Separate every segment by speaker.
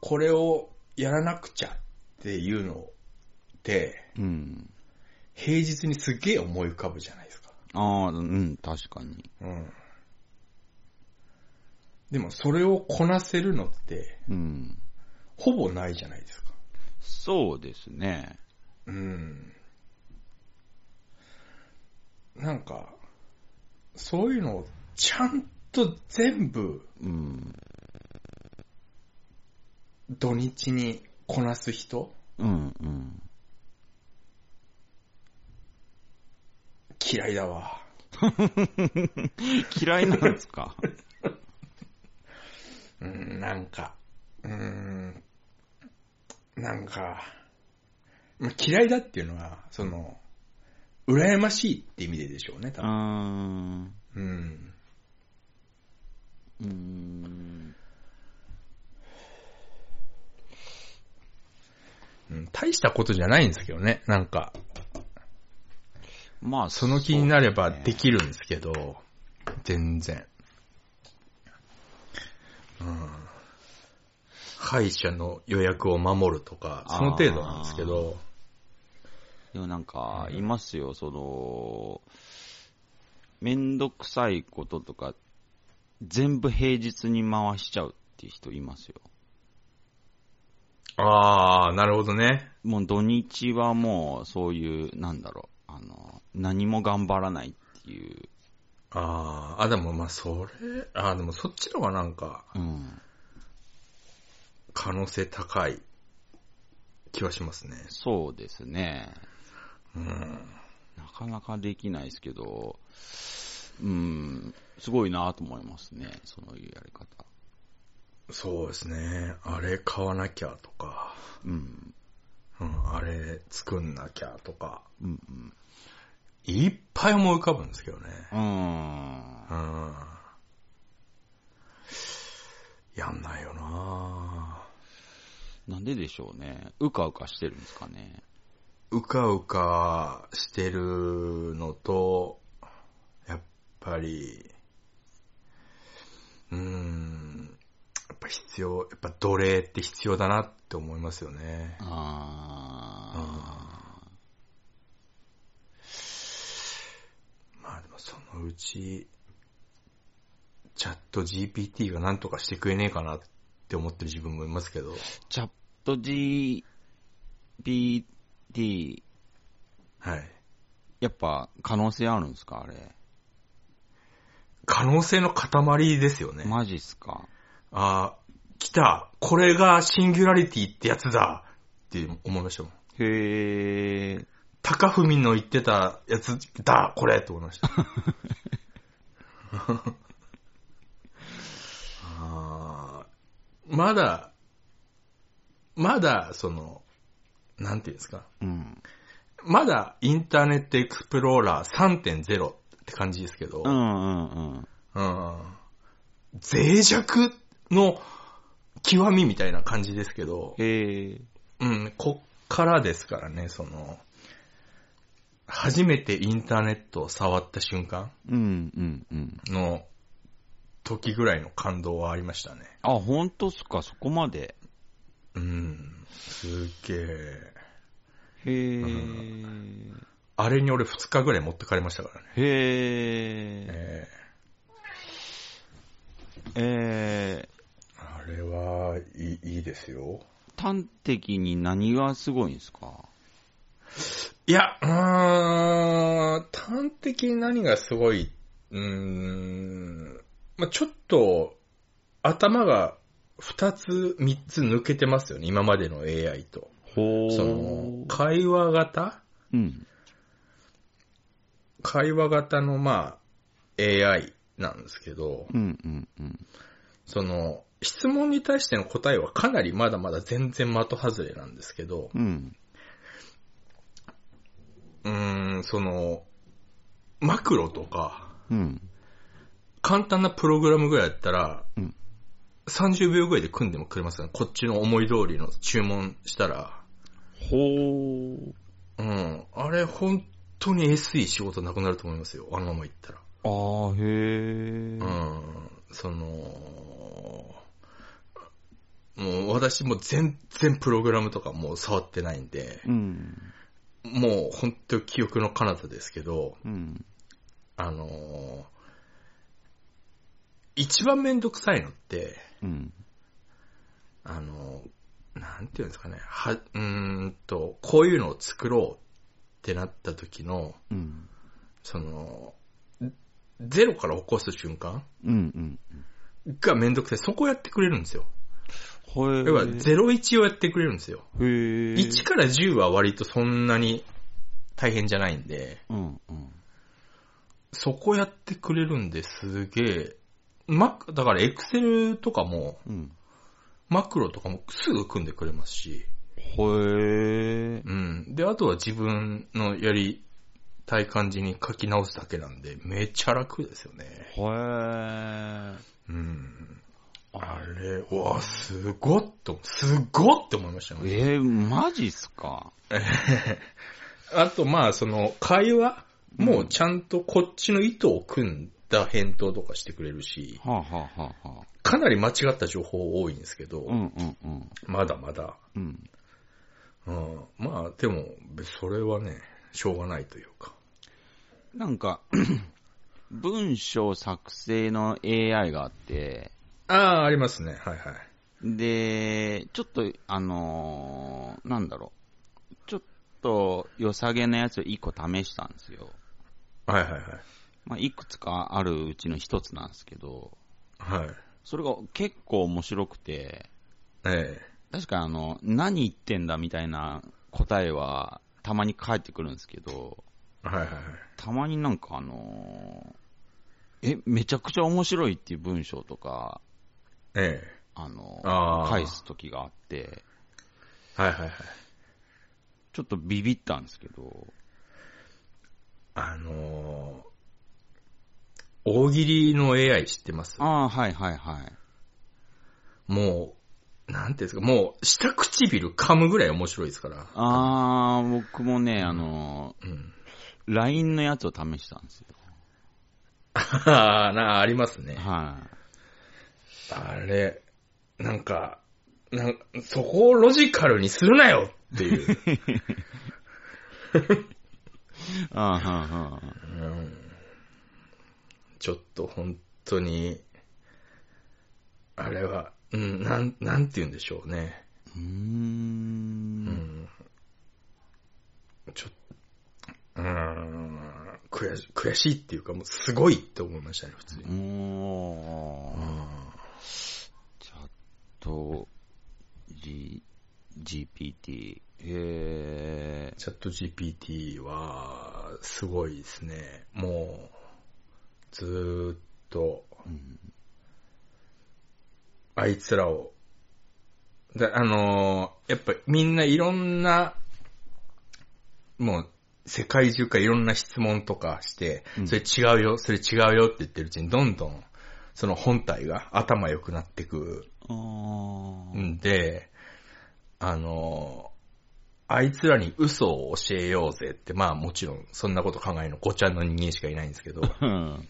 Speaker 1: これをやらなくちゃっていうのって、
Speaker 2: うん。
Speaker 1: 平日にすげえ思い浮かぶじゃないですか。
Speaker 2: ああ、うん、確かに。
Speaker 1: うん。でもそれをこなせるのって、
Speaker 2: うん。
Speaker 1: ほぼないじゃないですか。
Speaker 2: そうですね。
Speaker 1: うん。なんか、そういうのをちゃんと全部
Speaker 2: うん。
Speaker 1: 土日にこなす人
Speaker 2: うん、うん。
Speaker 1: 嫌いだわ。
Speaker 2: 嫌いなんですか
Speaker 1: うん、なんか、うん、なんか、まあ嫌いだっていうのは、その、羨ましいって意味ででしょうね、多分。
Speaker 2: うーん。
Speaker 1: うん。
Speaker 2: うーん。
Speaker 1: うん大したことじゃないんですけどね、なんか。
Speaker 2: まあ、
Speaker 1: その気になれば
Speaker 2: そう
Speaker 1: できるんですけど、全然。うん。歯医者の予約を守るとか、その程度なんですけど、
Speaker 2: でもなんか、いますよ、その、めんどくさいこととか、全部平日に回しちゃうっていう人いますよ。
Speaker 1: ああー、なるほどね。
Speaker 2: もう土日はもう、そういう、なんだろう、あの、何も頑張らないっていう。
Speaker 1: ああ、あ、でもまあそれ、あーでもそっちの方がなんか
Speaker 2: うん。
Speaker 1: 可能性高い気はしますね。
Speaker 2: そうですね。
Speaker 1: うん。
Speaker 2: なかなかできないですけど、うん、すごいなと思いますね、そのいうやり方。
Speaker 1: そうですね。あれ買わなきゃとか、
Speaker 2: うん、
Speaker 1: うん、あれ作んなきゃとか、
Speaker 2: うん、
Speaker 1: いっぱい思い浮かぶんですけどね。
Speaker 2: うん。うん
Speaker 1: うん。やんないよな
Speaker 2: なんででしょうね。うかうかしてるんですかね。
Speaker 1: うかうかしてるのと、やっぱり、うーん、やっぱ必要、やっぱ奴隷って必要だなって思いますよね。
Speaker 2: あ
Speaker 1: まあでもそのうち、チャット GPT がなんとかしてくれねえかなって思ってる自分もいますけど。
Speaker 2: ーチャット GPT、
Speaker 1: はい。
Speaker 2: やっぱ可能性あるんですかあれ。
Speaker 1: 可能性の塊ですよね。
Speaker 2: マジっすか
Speaker 1: あー来た。これがシンギュラリティってやつだって思いましたもん。
Speaker 2: へえ。
Speaker 1: 高文の言ってたやつだ、これって思いました。 あーまだ、まだ、その、なんていうんですか。
Speaker 2: うん。
Speaker 1: まだインターネットエクスプローラー3.0って感じですけど、
Speaker 2: うんうんうん。
Speaker 1: うん脆弱の極みみたいな感じですけど、
Speaker 2: へえ。
Speaker 1: うん、こっからですからね、その、初めてインターネットを触った瞬間
Speaker 2: うんうんうん。
Speaker 1: の時ぐらいの感動はありましたね。
Speaker 2: あ、ほんとっすかそこまで。
Speaker 1: うん、すっげえ。
Speaker 2: へえ。
Speaker 1: あれに俺2日ぐらい持ってかれましたからね。
Speaker 2: へえ。
Speaker 1: え
Speaker 2: えー、
Speaker 1: ーあれはいいいいですよ。
Speaker 2: 端的に何がすごいんですか
Speaker 1: いや、うーん、端的に何がすごい、うーん、まあ、ちょっと、頭が二つ、三つ抜けてますよね、今までの AI と。
Speaker 2: ほ
Speaker 1: その、会話型
Speaker 2: うん。
Speaker 1: 会話型の、まあ、AI なんですけど、
Speaker 2: うんうんうん。
Speaker 1: その、質問に対しての答えはかなりまだまだ全然的外れなんですけど、
Speaker 2: うん。
Speaker 1: うーん、その、マクロとか、
Speaker 2: うん。
Speaker 1: 簡単なプログラムぐらいだったら、
Speaker 2: うん
Speaker 1: 30秒ぐらいで組んでもくれますね。こっちの思い通りの注文したら。
Speaker 2: ほー。
Speaker 1: うん。あれ、本当に SE 仕事なくなると思いますよ。あのままいったら。
Speaker 2: あー、へー。
Speaker 1: うん。その、もう私もう全然プログラムとかもう触ってないんで、
Speaker 2: うん。
Speaker 1: もう本当記憶の彼方ですけど、
Speaker 2: うん。
Speaker 1: あのー一番めんどくさいのって、
Speaker 2: うん。
Speaker 1: あのーなんていうんですかね、は、うーんと、こういうのを作ろうってなった時の、
Speaker 2: うん。
Speaker 1: その、ゼロから起こす瞬間
Speaker 2: うん。うん。
Speaker 1: がめんどくさい。そこをやってくれるんですよ。
Speaker 2: ほえ
Speaker 1: 要は、01をやってくれるんですよ。
Speaker 2: へえ。
Speaker 1: 1から10は割とそんなに大変じゃないんで、
Speaker 2: うん。うん。
Speaker 1: そこやってくれるんですげえ、マだから Excel とかも、
Speaker 2: うん。
Speaker 1: マクロとかもすぐ組んでくれますし、
Speaker 2: ほえ。
Speaker 1: うん。で、あとは自分のやりたい感じに書き直すだけなんで、めちゃ楽ですよね。
Speaker 2: ほえ。
Speaker 1: うん。あれ、うわ、すごっと、すごっって思いましたね。
Speaker 2: えー、マジっすか
Speaker 1: あと、まあ、その、会話もちゃんとこっちの意図を組んだ返答とかしてくれるし、
Speaker 2: はあ、はあはあはあ、
Speaker 1: かなり間違った情報多いんですけど、
Speaker 2: うんうんうん。
Speaker 1: まだまだ。
Speaker 2: うん。
Speaker 1: うん。まあ、でも、それはね、しょうがないというか。
Speaker 2: なんか、 文章作成の AI があって、
Speaker 1: ああ、ありますね。はいはい。
Speaker 2: で、ちょっと、あのーなんだろう。ちょっと、良さげなやつを一個試したんですよ。
Speaker 1: はいはい
Speaker 2: まあ、いくつかあるうちの一つなんですけど、
Speaker 1: はい。はい。
Speaker 2: それが結構面白くて、
Speaker 1: え
Speaker 2: 確かあの、何言ってんだみたいな答えは、たまに返ってくるんですけど、
Speaker 1: えはいはいはい。
Speaker 2: たまになんかあのーえ、めちゃくちゃ面白いっていう文章とか、
Speaker 1: え
Speaker 2: あのー
Speaker 1: あー
Speaker 2: 返す時があって、
Speaker 1: えはいはいはい。
Speaker 2: ちょっとビビったんですけど、
Speaker 1: あのー、大喜利の AI 知ってます
Speaker 2: ああ、はいはいはい。
Speaker 1: もう、なんていうんですか、もう、下唇噛むぐらい面白いですから。
Speaker 2: ああ、僕もね、あの
Speaker 1: うん。
Speaker 2: ー、LINE のやつを試したんですよ。
Speaker 1: ああ、な、ありますね。
Speaker 2: は
Speaker 1: あれ、なんか、なんそこをロジカルにするなよって いう。
Speaker 2: い。ああ、はんはん
Speaker 1: うんちょっと本当に、あれは、うん、なん、なんて言うんでしょうね。
Speaker 2: うー。
Speaker 1: うんん。ちょっうーん、悔し、悔しいっていうか、もうすごいって思いましたね、普通に。
Speaker 2: お
Speaker 1: う
Speaker 2: ー。
Speaker 1: ん
Speaker 2: チャット G、GPT。へ
Speaker 1: チャット GPT は、すごいですね。もう、ずーっと、
Speaker 2: ー。うん。
Speaker 1: あいつらを、だあのーやっぱみんないろんな、もう、世界中からいろんな質問とかして
Speaker 2: う、ん
Speaker 1: それ違うよ、それ違うよって言ってるうちに、どんどん、その本体が頭良くなってく
Speaker 2: あー。
Speaker 1: んで、あのーあいつらに嘘を教えようぜって、まあもちろんそんなこと考えるのごちゃんの人間しかいないんですけ ど、
Speaker 2: うん。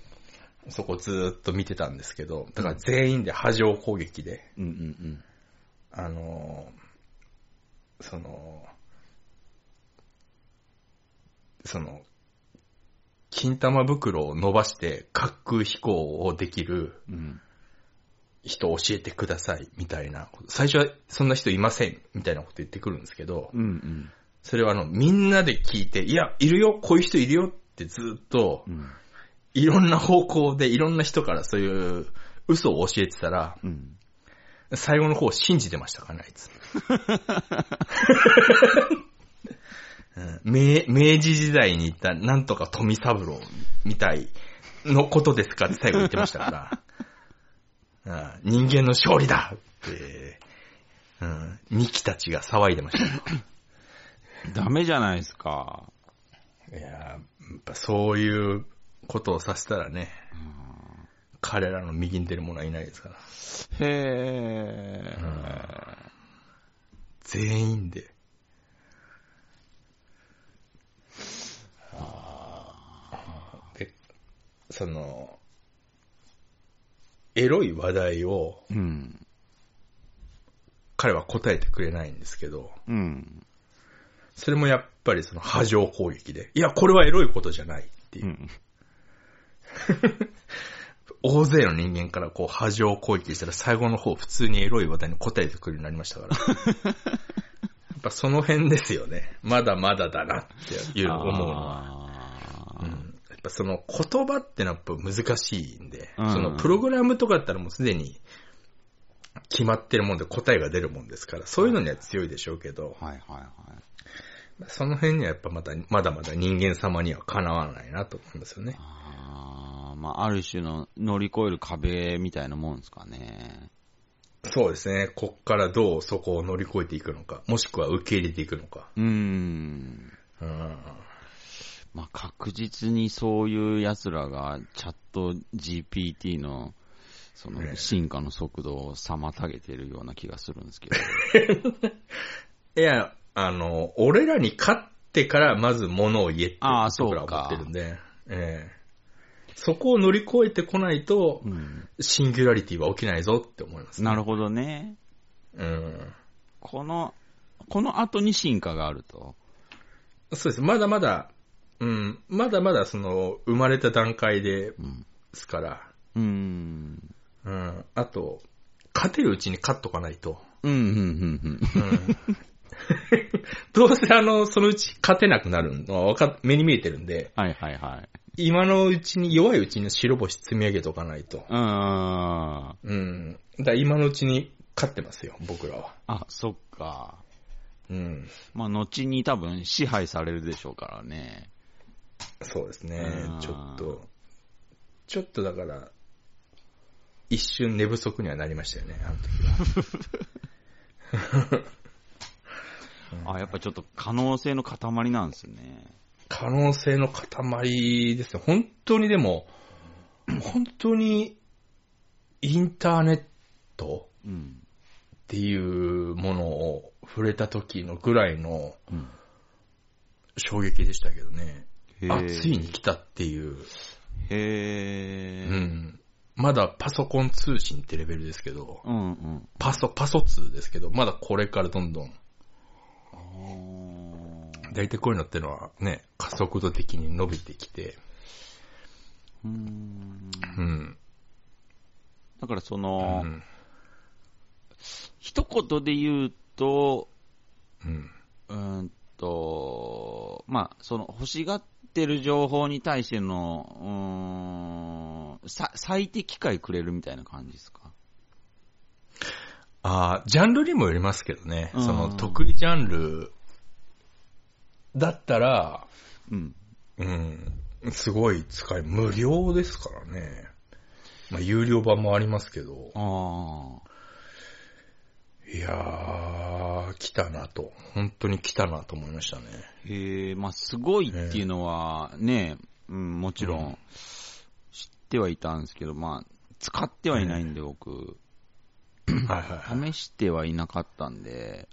Speaker 1: そこずーっと見てたんですけど、だから全員で波状攻撃で、
Speaker 2: うんうん
Speaker 1: あのー、その、その、金玉袋を伸ばして滑空飛行をできる
Speaker 2: うん。うん。
Speaker 1: 人を教えてください、みたいなこと。最初はそんな人いません、みたいなこと言ってくるんですけど、
Speaker 2: うんうん。
Speaker 1: それはあの、みんなで聞いて、いや、いるよ、こういう人いるよってずっと
Speaker 2: う、ん。
Speaker 1: いろんな方向でいろんな人からそういう嘘を教えてたら、
Speaker 2: うん。
Speaker 1: 最後の方信じてましたかね、あいつ。 うん明明治時代に言った、なんとか富三郎みたいのことですかって最後言ってましたから。 うん人間の勝利だって、うん、ミキたちが騒いでましたよ。
Speaker 2: ダメじゃないですか。
Speaker 1: いやーやっぱそういうことをさせたらね、彼らの右に出る者はいないですから。
Speaker 2: へえ。
Speaker 1: 全員で。で、その、エロい話題を
Speaker 2: うん。
Speaker 1: 彼は答えてくれないんですけど、
Speaker 2: うん。
Speaker 1: それもやっぱりその波状攻撃で、いや、これはエロいことじゃないっていうう、
Speaker 2: ん。
Speaker 1: 大勢の人間からこう波状攻撃したら最後の方普通にエロい話題に答えてくるようになりました から。やっぱその辺ですよね。まだまだだなっていう思うのは。
Speaker 2: あ
Speaker 1: う
Speaker 2: ー
Speaker 1: んやっぱその言葉ってのはやっぱ難しいんで、
Speaker 2: うん
Speaker 1: そのプログラムとかだったらもうすでに決まってるもんで答えが出るもんですから、そういうのには強いでしょうけど、
Speaker 2: はいはいはい。
Speaker 1: その辺にはやっぱまだまだまだ人間様にはかなわないなと思うんですよね。
Speaker 2: あーまあ、ある種の乗り越える壁みたいなもんですかね。
Speaker 1: そうですね。こっからどうそこを乗り越えていくのか、もしくは受け入れていくのか。
Speaker 2: うーん。
Speaker 1: うん。
Speaker 2: まあ、確実にそういう奴らがチャット GPT のそ
Speaker 1: ね
Speaker 2: の進化の速度を妨げてるような気がするんですけど。
Speaker 1: いや、あの、俺らに勝ってからまず物を言えって
Speaker 2: ああそう
Speaker 1: 僕
Speaker 2: から
Speaker 1: は思ってるんで、ええそこを乗り越えてこないと、
Speaker 2: うん、
Speaker 1: シンギュラリティは起きないぞって思います、
Speaker 2: なるほどね。
Speaker 1: ど。うん。
Speaker 2: この、この後に進化があると。
Speaker 1: そうです。まだまだ、うん、まだまだその、生まれた段階で
Speaker 2: うん。
Speaker 1: すから、
Speaker 2: うーん。
Speaker 1: うん、あと、勝てるうちに勝っとかないと。
Speaker 2: うん、うん、うん、
Speaker 1: うんどうせあの、そのうち勝てなくなるのはわか目に見えてるんで、
Speaker 2: うん。 はいはいはい。
Speaker 1: 今のうちに、弱いうちに白星積み上げとかないと。
Speaker 2: うーん。あ、
Speaker 1: うん。だから今のうちに勝ってますよ、僕らは。
Speaker 2: そっか。
Speaker 1: うん。
Speaker 2: まあ、後に多分支配されるでしょうからね。
Speaker 1: そうですね
Speaker 2: う。ん
Speaker 1: ちょっと、ちょっとだから、一瞬寝不足にはなりましたよね、あの時は。
Speaker 2: あ、やっぱちょっと可能性の塊なんですね。
Speaker 1: 可能性の塊ですね。本当にでも、本当に、インターネット
Speaker 2: うん。
Speaker 1: っていうものを触れた時のぐらいの
Speaker 2: うん
Speaker 1: 衝撃でしたけどね。
Speaker 2: へ
Speaker 1: あ、
Speaker 2: ー
Speaker 1: ついに。来たっていう。う
Speaker 2: へえ。
Speaker 1: ん。まだパソコン通信ってレベルですけど、
Speaker 2: うんうん。
Speaker 1: パソ、パソ通ですけど、まだこれからどんどん、
Speaker 2: あー
Speaker 1: 大体こういうのってのはね、加速度的に伸びてきて、
Speaker 2: うーん
Speaker 1: うん。
Speaker 2: だからそうの、
Speaker 1: ん。
Speaker 2: 一言で言うと、
Speaker 1: うん。
Speaker 2: うーんと、まあ、その欲しがってる情報に対しての、うーん、さ最適解くれるみたいな感じですか
Speaker 1: ああ、ジャンルにもよりますけどね、
Speaker 2: うん
Speaker 1: その得意ジャンルだったら、
Speaker 2: うん。
Speaker 1: うん、すごい使い、無料ですからね。まあ、有料版もありますけど、
Speaker 2: ああ。
Speaker 1: いやー、来たなと、本当に来たなと思いま したね。
Speaker 2: へえ、まあ、すごいっていうのはね、うん、もちろ
Speaker 1: うん
Speaker 2: ん知ってはいたんですけど、まあ、使ってはいないんで、僕、
Speaker 1: はいはいはい。
Speaker 2: 試してはいなかったんで、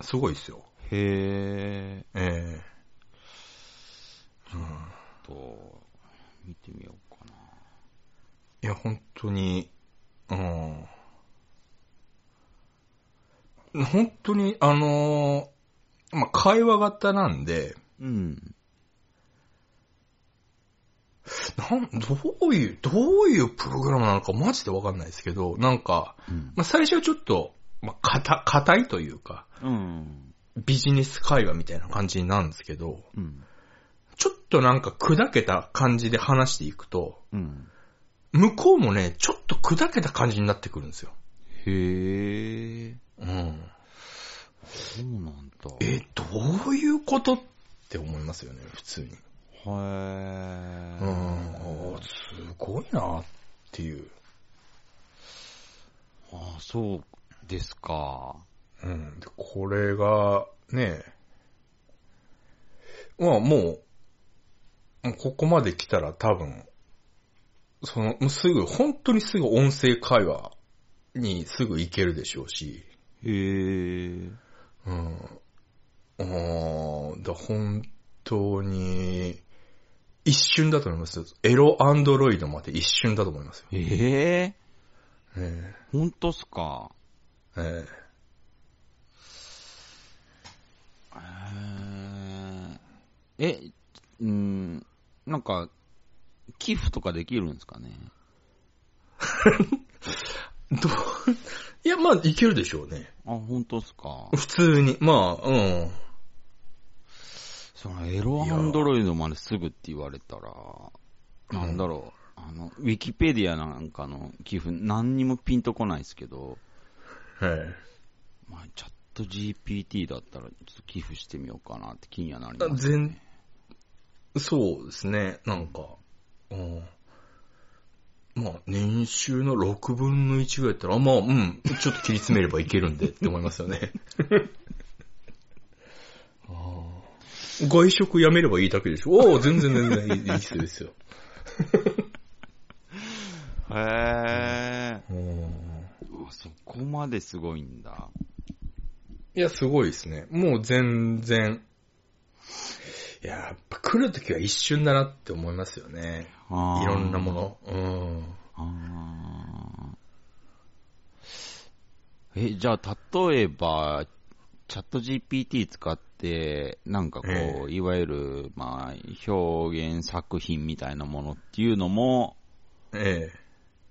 Speaker 1: すごいですよ。
Speaker 2: へえ、
Speaker 1: ええうん
Speaker 2: と、見てみようかな。
Speaker 1: いや、本当に、うん。本当に、あのーまあ、会話型なんで、
Speaker 2: うん。
Speaker 1: なん、どういう、どういうプログラムなのかマジでわかんないですけど、なんか、
Speaker 2: うん。
Speaker 1: まあ、最初はちょっと、まあ、かた、硬いというか、
Speaker 2: うん。
Speaker 1: ビジネス会話みたいな感じなんですけど、
Speaker 2: うん。
Speaker 1: ちょっとなんか砕けた感じで話していくと、
Speaker 2: うん。
Speaker 1: 向こうもね、ちょっと砕けた感じになってくるんですよ。
Speaker 2: へえ、
Speaker 1: うん。
Speaker 2: そうなんだ。
Speaker 1: え、どういうことって思いますよね、普通に。
Speaker 2: は
Speaker 1: う
Speaker 2: い。
Speaker 1: ん、おーすごいなっていう。
Speaker 2: ああ、そうですか。
Speaker 1: うん、でこれが、ねえ、まあもう、もうここまで来たら多分、その、もうすぐ、本当にすぐ音声会話にすぐ行けるでしょうし、
Speaker 2: へえ。
Speaker 1: うん。あーだ本当に、一瞬だと思いますよ。エロアンドロイドまで一瞬だと思いますよ。
Speaker 2: ええ
Speaker 1: え
Speaker 2: 本当っすか。
Speaker 1: えええ
Speaker 2: え、うーん、なんか、寄付とかできるんですかね
Speaker 1: どう、 いや、まあ、いけるでしょうね。
Speaker 2: あ、本当っすか。
Speaker 1: 普通に。まあ、うん。
Speaker 2: そのエロアンドロイドまですぐって言われたら、
Speaker 1: や
Speaker 2: なんだろう、あの、ウィキペディアなんかの寄付、何にもピンとこないですけど、
Speaker 1: はい。
Speaker 2: まあ、チャット GPT だったら、ちょっと寄付してみようかなって気にはなり
Speaker 1: あ
Speaker 2: ます
Speaker 1: 全
Speaker 2: ね。、
Speaker 1: そうですね、なんか、うん。まあ、年収の6分の1ぐらいだったら、あまあ、うん、ちょっと切り詰めればいける んでって思いますよね。あー外食やめればいいだけで しょおお全然全然いいいい人ですよ。
Speaker 2: へ
Speaker 1: うん
Speaker 2: ー。あそこまですごいんだ。
Speaker 1: いや、すごいですね。もう全然。いや、やっぱ来るときは一瞬だなって思いますよね。
Speaker 2: い
Speaker 1: いろんなもの。うん。
Speaker 2: あーえ、じゃあ、例えば、チャット GPT 使って、なんかこう、
Speaker 1: え
Speaker 2: いわゆる、まあ、表現作品みたいなものっていうのも
Speaker 1: ええ。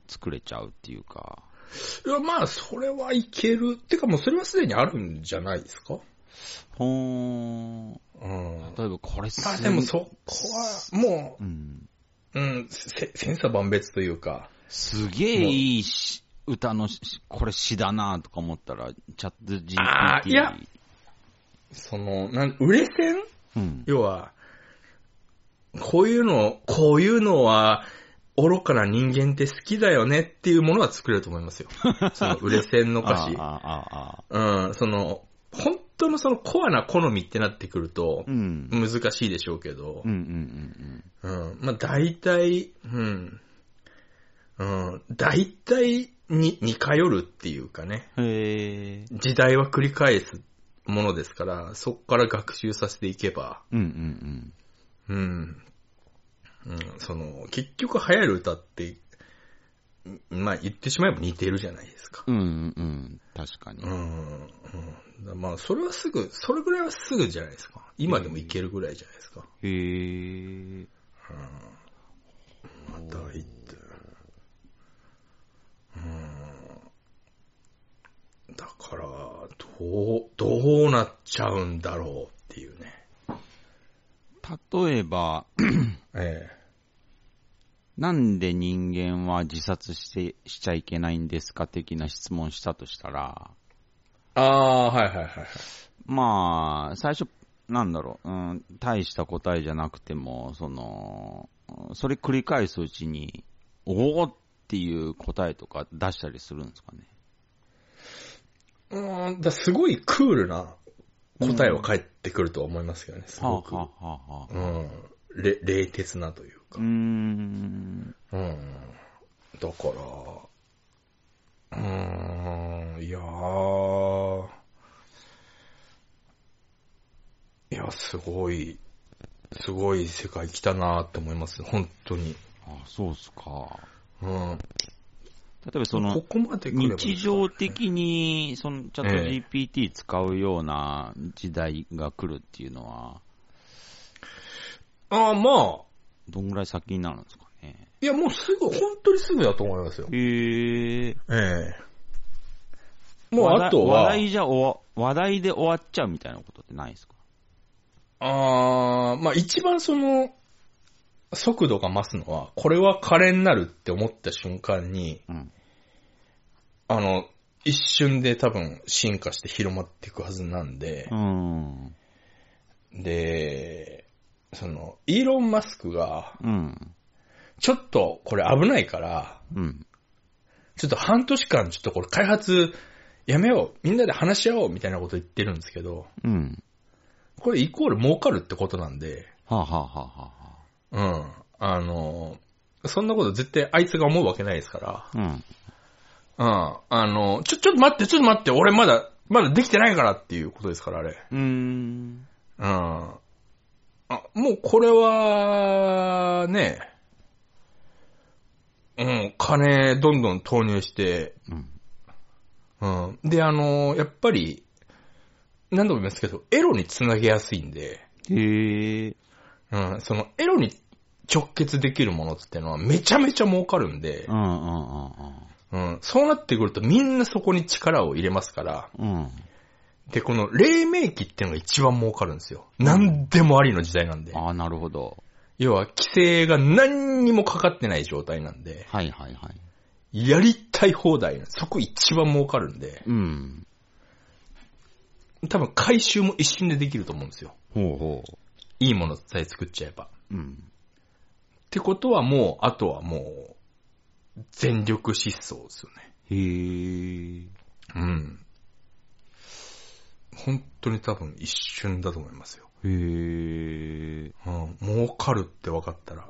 Speaker 2: 作れちゃうっていうか、
Speaker 1: いや、まあ、それはいける。てかもうそれはすでにあるんじゃないですか
Speaker 2: ほー
Speaker 1: う
Speaker 2: ん、
Speaker 1: ん。
Speaker 2: 例えばこれす
Speaker 1: まあでもそこは、も
Speaker 2: うん、
Speaker 1: う、うん、せ、千差万別というか。
Speaker 2: すげえいいし歌のし、これ詩だなとか思ったら、チャット GPT。
Speaker 1: あーいやその、なん、売れ線
Speaker 2: うん。
Speaker 1: 要は、こういうの、こういうのは、愚かな人間って好きだよねっていうものは作れると思い ますよ。その、売れ線の歌詞
Speaker 2: あー。あー、あーあ
Speaker 1: うん、その、本当のそのコアな好みってなってくると
Speaker 2: ー。う、ん。
Speaker 1: 難しいでしょうけど
Speaker 2: うん、うんうんうん。
Speaker 1: うん。まあ、大体、うん。うん。大体に、似通るっていうかね。
Speaker 2: へえ。
Speaker 1: 時代は繰り返すものですから、そこから学習させていけば、
Speaker 2: うんう
Speaker 1: う
Speaker 2: ん
Speaker 1: ん。うん、その、結局流行る歌って、うんまあ言ってしまえば似てるじゃないですか。
Speaker 2: うん。うんうんうん。確かに
Speaker 1: う。ん。うん、まあそれはすぐ、それぐらいはすぐじゃないですか。今でもいけるぐらいじゃないですか。
Speaker 2: へえ。
Speaker 1: また行って。うーん。だから、どう、どうなっちゃうんだろうっていうね。
Speaker 2: 例えば、
Speaker 1: え
Speaker 2: なんで人間は自殺して、しちゃいけないんですか的な質問したとしたら、
Speaker 1: え。ああー、はいはいはいはい。
Speaker 2: まあ、最初、なんだろう、うん、大した答えじゃなくても、その、それ繰り返すうちに、おおっていう答えとか出したりするんですかね。
Speaker 1: うーん、だすごいクールな答えは返ってくるとは思いますけどね、すご
Speaker 2: は
Speaker 1: く。
Speaker 2: あ、はあはあはあ、
Speaker 1: うん。れ冷徹なという
Speaker 2: う
Speaker 1: か
Speaker 2: ー。ん。
Speaker 1: うん。だから、うーん、いやー、いや、すごい、すごい世界来たなーって思います。本当に。
Speaker 2: あ、そうっすか。
Speaker 1: うん。
Speaker 2: 例えばその
Speaker 1: こ、こまで来れば
Speaker 2: 日常的に、その、チャット GPT 使うような時代が来るっていうのは、
Speaker 1: ああ、まあ、
Speaker 2: どんぐらい先になるんですかね。
Speaker 1: いや、もうすぐ、本当にすぐだと思いますよ。
Speaker 2: へえ。
Speaker 1: ええもう、
Speaker 2: 話題
Speaker 1: あとは、
Speaker 2: 話題じゃ終わ、話題で終わっちゃうみたいなことってないですか
Speaker 1: あー、まあ一番その、速度が増すのは、これは可憐になるって思った瞬間に、
Speaker 2: うん。
Speaker 1: あの、一瞬で多分進化して広まっていくはずなんで
Speaker 2: う、ん。
Speaker 1: で、その、イーロン・マスクが、
Speaker 2: うん。
Speaker 1: ちょっとこれ危ないから、
Speaker 2: うん。
Speaker 1: ちょっと半年間ちょっとこれ開発やめよう、みんなで話し合おうみたいなこと言ってるんですけど、
Speaker 2: うん。
Speaker 1: これイコール儲かるってことなんで、
Speaker 2: はあ、はあはあはあは
Speaker 1: うん、あの、そんなこと絶対あいつが思うわけないですから、
Speaker 2: あ、うん。
Speaker 1: うん。あの、ちょ、ちょっと待って、ちょっと待って、俺まだ、まだできてないからっていうことですから、あれ。
Speaker 2: うーん。
Speaker 1: うん。あ、もうこれは、ね、うん、金どんどん投入して、
Speaker 2: うん。
Speaker 1: うん。で、あの、やっぱり、何度も言いますけど、エロにつなげやすいんで、
Speaker 2: へえ。
Speaker 1: うん、そのエロに直結できるものってのはめちゃめちゃ儲かるんで
Speaker 2: う、んう
Speaker 1: うん、そうなってくるとみんなそこに力を入れますから、
Speaker 2: んうんうん。うん。
Speaker 1: で、この黎明期っていうのが一番儲かるんですよ。何でもありの時代なんで。
Speaker 2: ああ、なるほど。
Speaker 1: 要は規制が何にもかかってない状態なんで、
Speaker 2: はいはいはい。
Speaker 1: やりたい放題なんですそこ一番儲かるんで、
Speaker 2: うん。
Speaker 1: 多分回収も一瞬でできると思うんですよ。
Speaker 2: ほうほ
Speaker 1: いいものさえ作っちゃえば。っ
Speaker 2: う。うん。
Speaker 1: てことはもう、あとはもう、全力疾走ですよね。
Speaker 2: へえ。
Speaker 1: うん。本当に多分一瞬だと思いますよ。
Speaker 2: へえ。
Speaker 1: うん。儲かるって分かったら。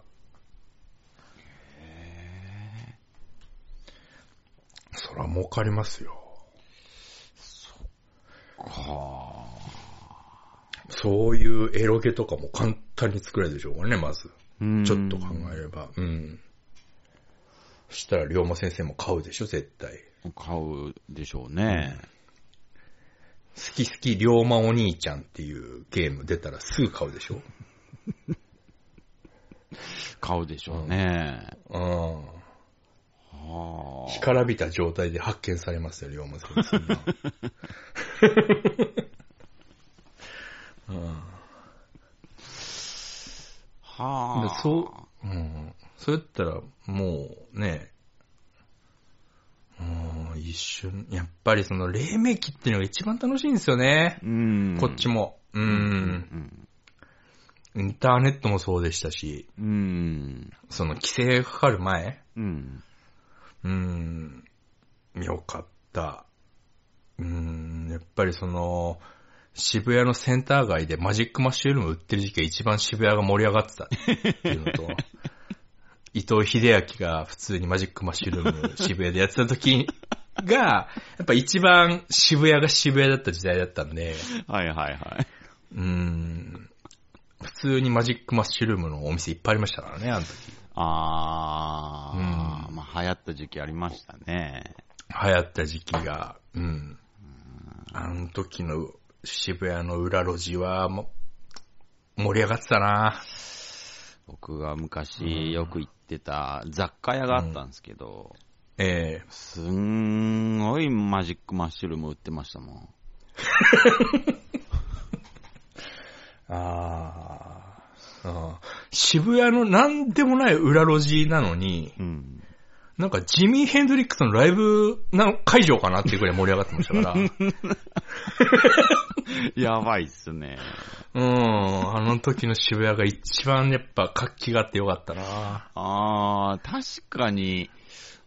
Speaker 1: そら儲かりますよ。
Speaker 2: はあ。
Speaker 1: そういうエロゲとかも簡単に作れるでしょうからね、まず。
Speaker 2: うん
Speaker 1: ちょっと考えれば。うん。そしたら、龍馬先生も買うでしょ、絶対。
Speaker 2: 買うでしょうね。
Speaker 1: 好き好き龍馬お兄ちゃんっていうゲーム出たらすぐ買うでしょ
Speaker 2: 買うでしょうね。
Speaker 1: うん。
Speaker 2: は
Speaker 1: 干からびた状態で発見されますよ、龍馬先生が。
Speaker 2: あ。はあ。
Speaker 1: そう、うん。それやったら、もうね、うん、一瞬、やっぱりその、黎明期っていうのが一番楽しいんですよね。
Speaker 2: うん。
Speaker 1: こっち
Speaker 2: も。
Speaker 1: も。う。
Speaker 2: うんん。
Speaker 1: インターネットもそうでしたし、
Speaker 2: うん。
Speaker 1: その、規制がかかる前、
Speaker 2: うん。
Speaker 1: うーん、よかった。うーん、やっぱりその、渋谷のセンター街でマジックマッシュルーム売ってる時期が一番渋谷が盛り上がってたっていうのと、 伊藤秀明が普通にマジックマッシュルーム渋谷でやってた時が、やっぱ一番渋谷が渋谷だった時代だったんで、
Speaker 2: はいはいはい。
Speaker 1: うーん、普通にマジックマッシュルームのお店いっぱいありましたからね、あの時。
Speaker 2: ああ、
Speaker 1: うん
Speaker 2: まあ流行った時期ありましたね。
Speaker 1: 流行った時期が、うん。あの時の渋谷の裏路地は、も盛り上がってたな
Speaker 2: 僕が昔よく行ってた雑貨屋があったんですけど、
Speaker 1: ええ
Speaker 2: すんごいマジックマッシュルーム売ってましたもん。
Speaker 1: あーあー。渋谷のなんでもない裏路地なのに、
Speaker 2: うん。
Speaker 1: なんかジミー・ヘンドリックスのライブなん会場かなっていうくらい盛り上がってましたから。
Speaker 2: やばいっすね。
Speaker 1: うん。あの時の渋谷が一番やっぱ活気があってよかったな
Speaker 2: ああ、確かに、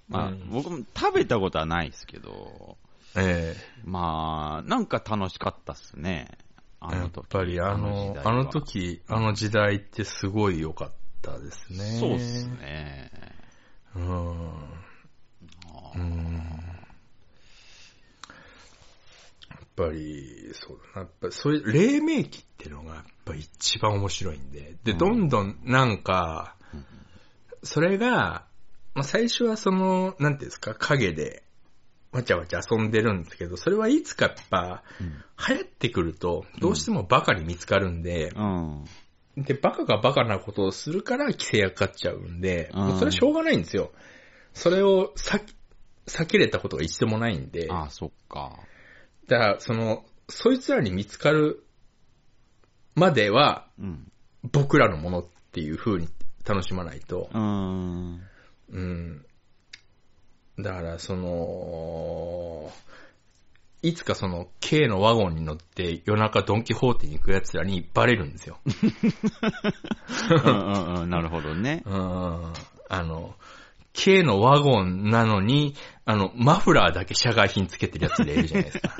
Speaker 2: まあ、
Speaker 1: うん
Speaker 2: 僕も食べたことはないですけど、
Speaker 1: ええ
Speaker 2: まあ、なんか楽しかったっすね。あ
Speaker 1: や
Speaker 2: の
Speaker 1: っ
Speaker 2: 時。
Speaker 1: ぱりあの
Speaker 2: 時、代は
Speaker 1: あの。時、あの時代ってすごい良かったですね。
Speaker 2: そうっす。ね。
Speaker 1: うん。うん。やっぱり、そうだな。やっぱそういう、黎明期ってのがやっぱ一番面白いんで。で、
Speaker 2: うん
Speaker 1: どんどんなんか、それが、まあ、最初はその、なんていうんですか、影で、わちゃわちゃ遊んでるんですけど、それはいつかやっぱ、流行ってくると、どうしてもバカに見つかるんで、
Speaker 2: うん。
Speaker 1: で、バカがバカなことをするから規制がかかっちゃうんで、
Speaker 2: うん
Speaker 1: もうそれはしょうがないんですよ。それを避け避けれたことが一度もないんで、
Speaker 2: ああ、そっか。
Speaker 1: だから、その、そいつらに見つかるまでは、
Speaker 2: うん。
Speaker 1: 僕らのものっていう風に楽しまないと、
Speaker 2: うん。
Speaker 1: うん。だから、その、いつかその、K のワゴンに乗って夜中ドンキホーテに行く奴らにバレるんですよ。
Speaker 2: うんうんうん、なるほど ね。
Speaker 1: うん。あの、K のワゴンなのに、あの、マフラーだけ社外品つけてるやつがいるじゃない ですか。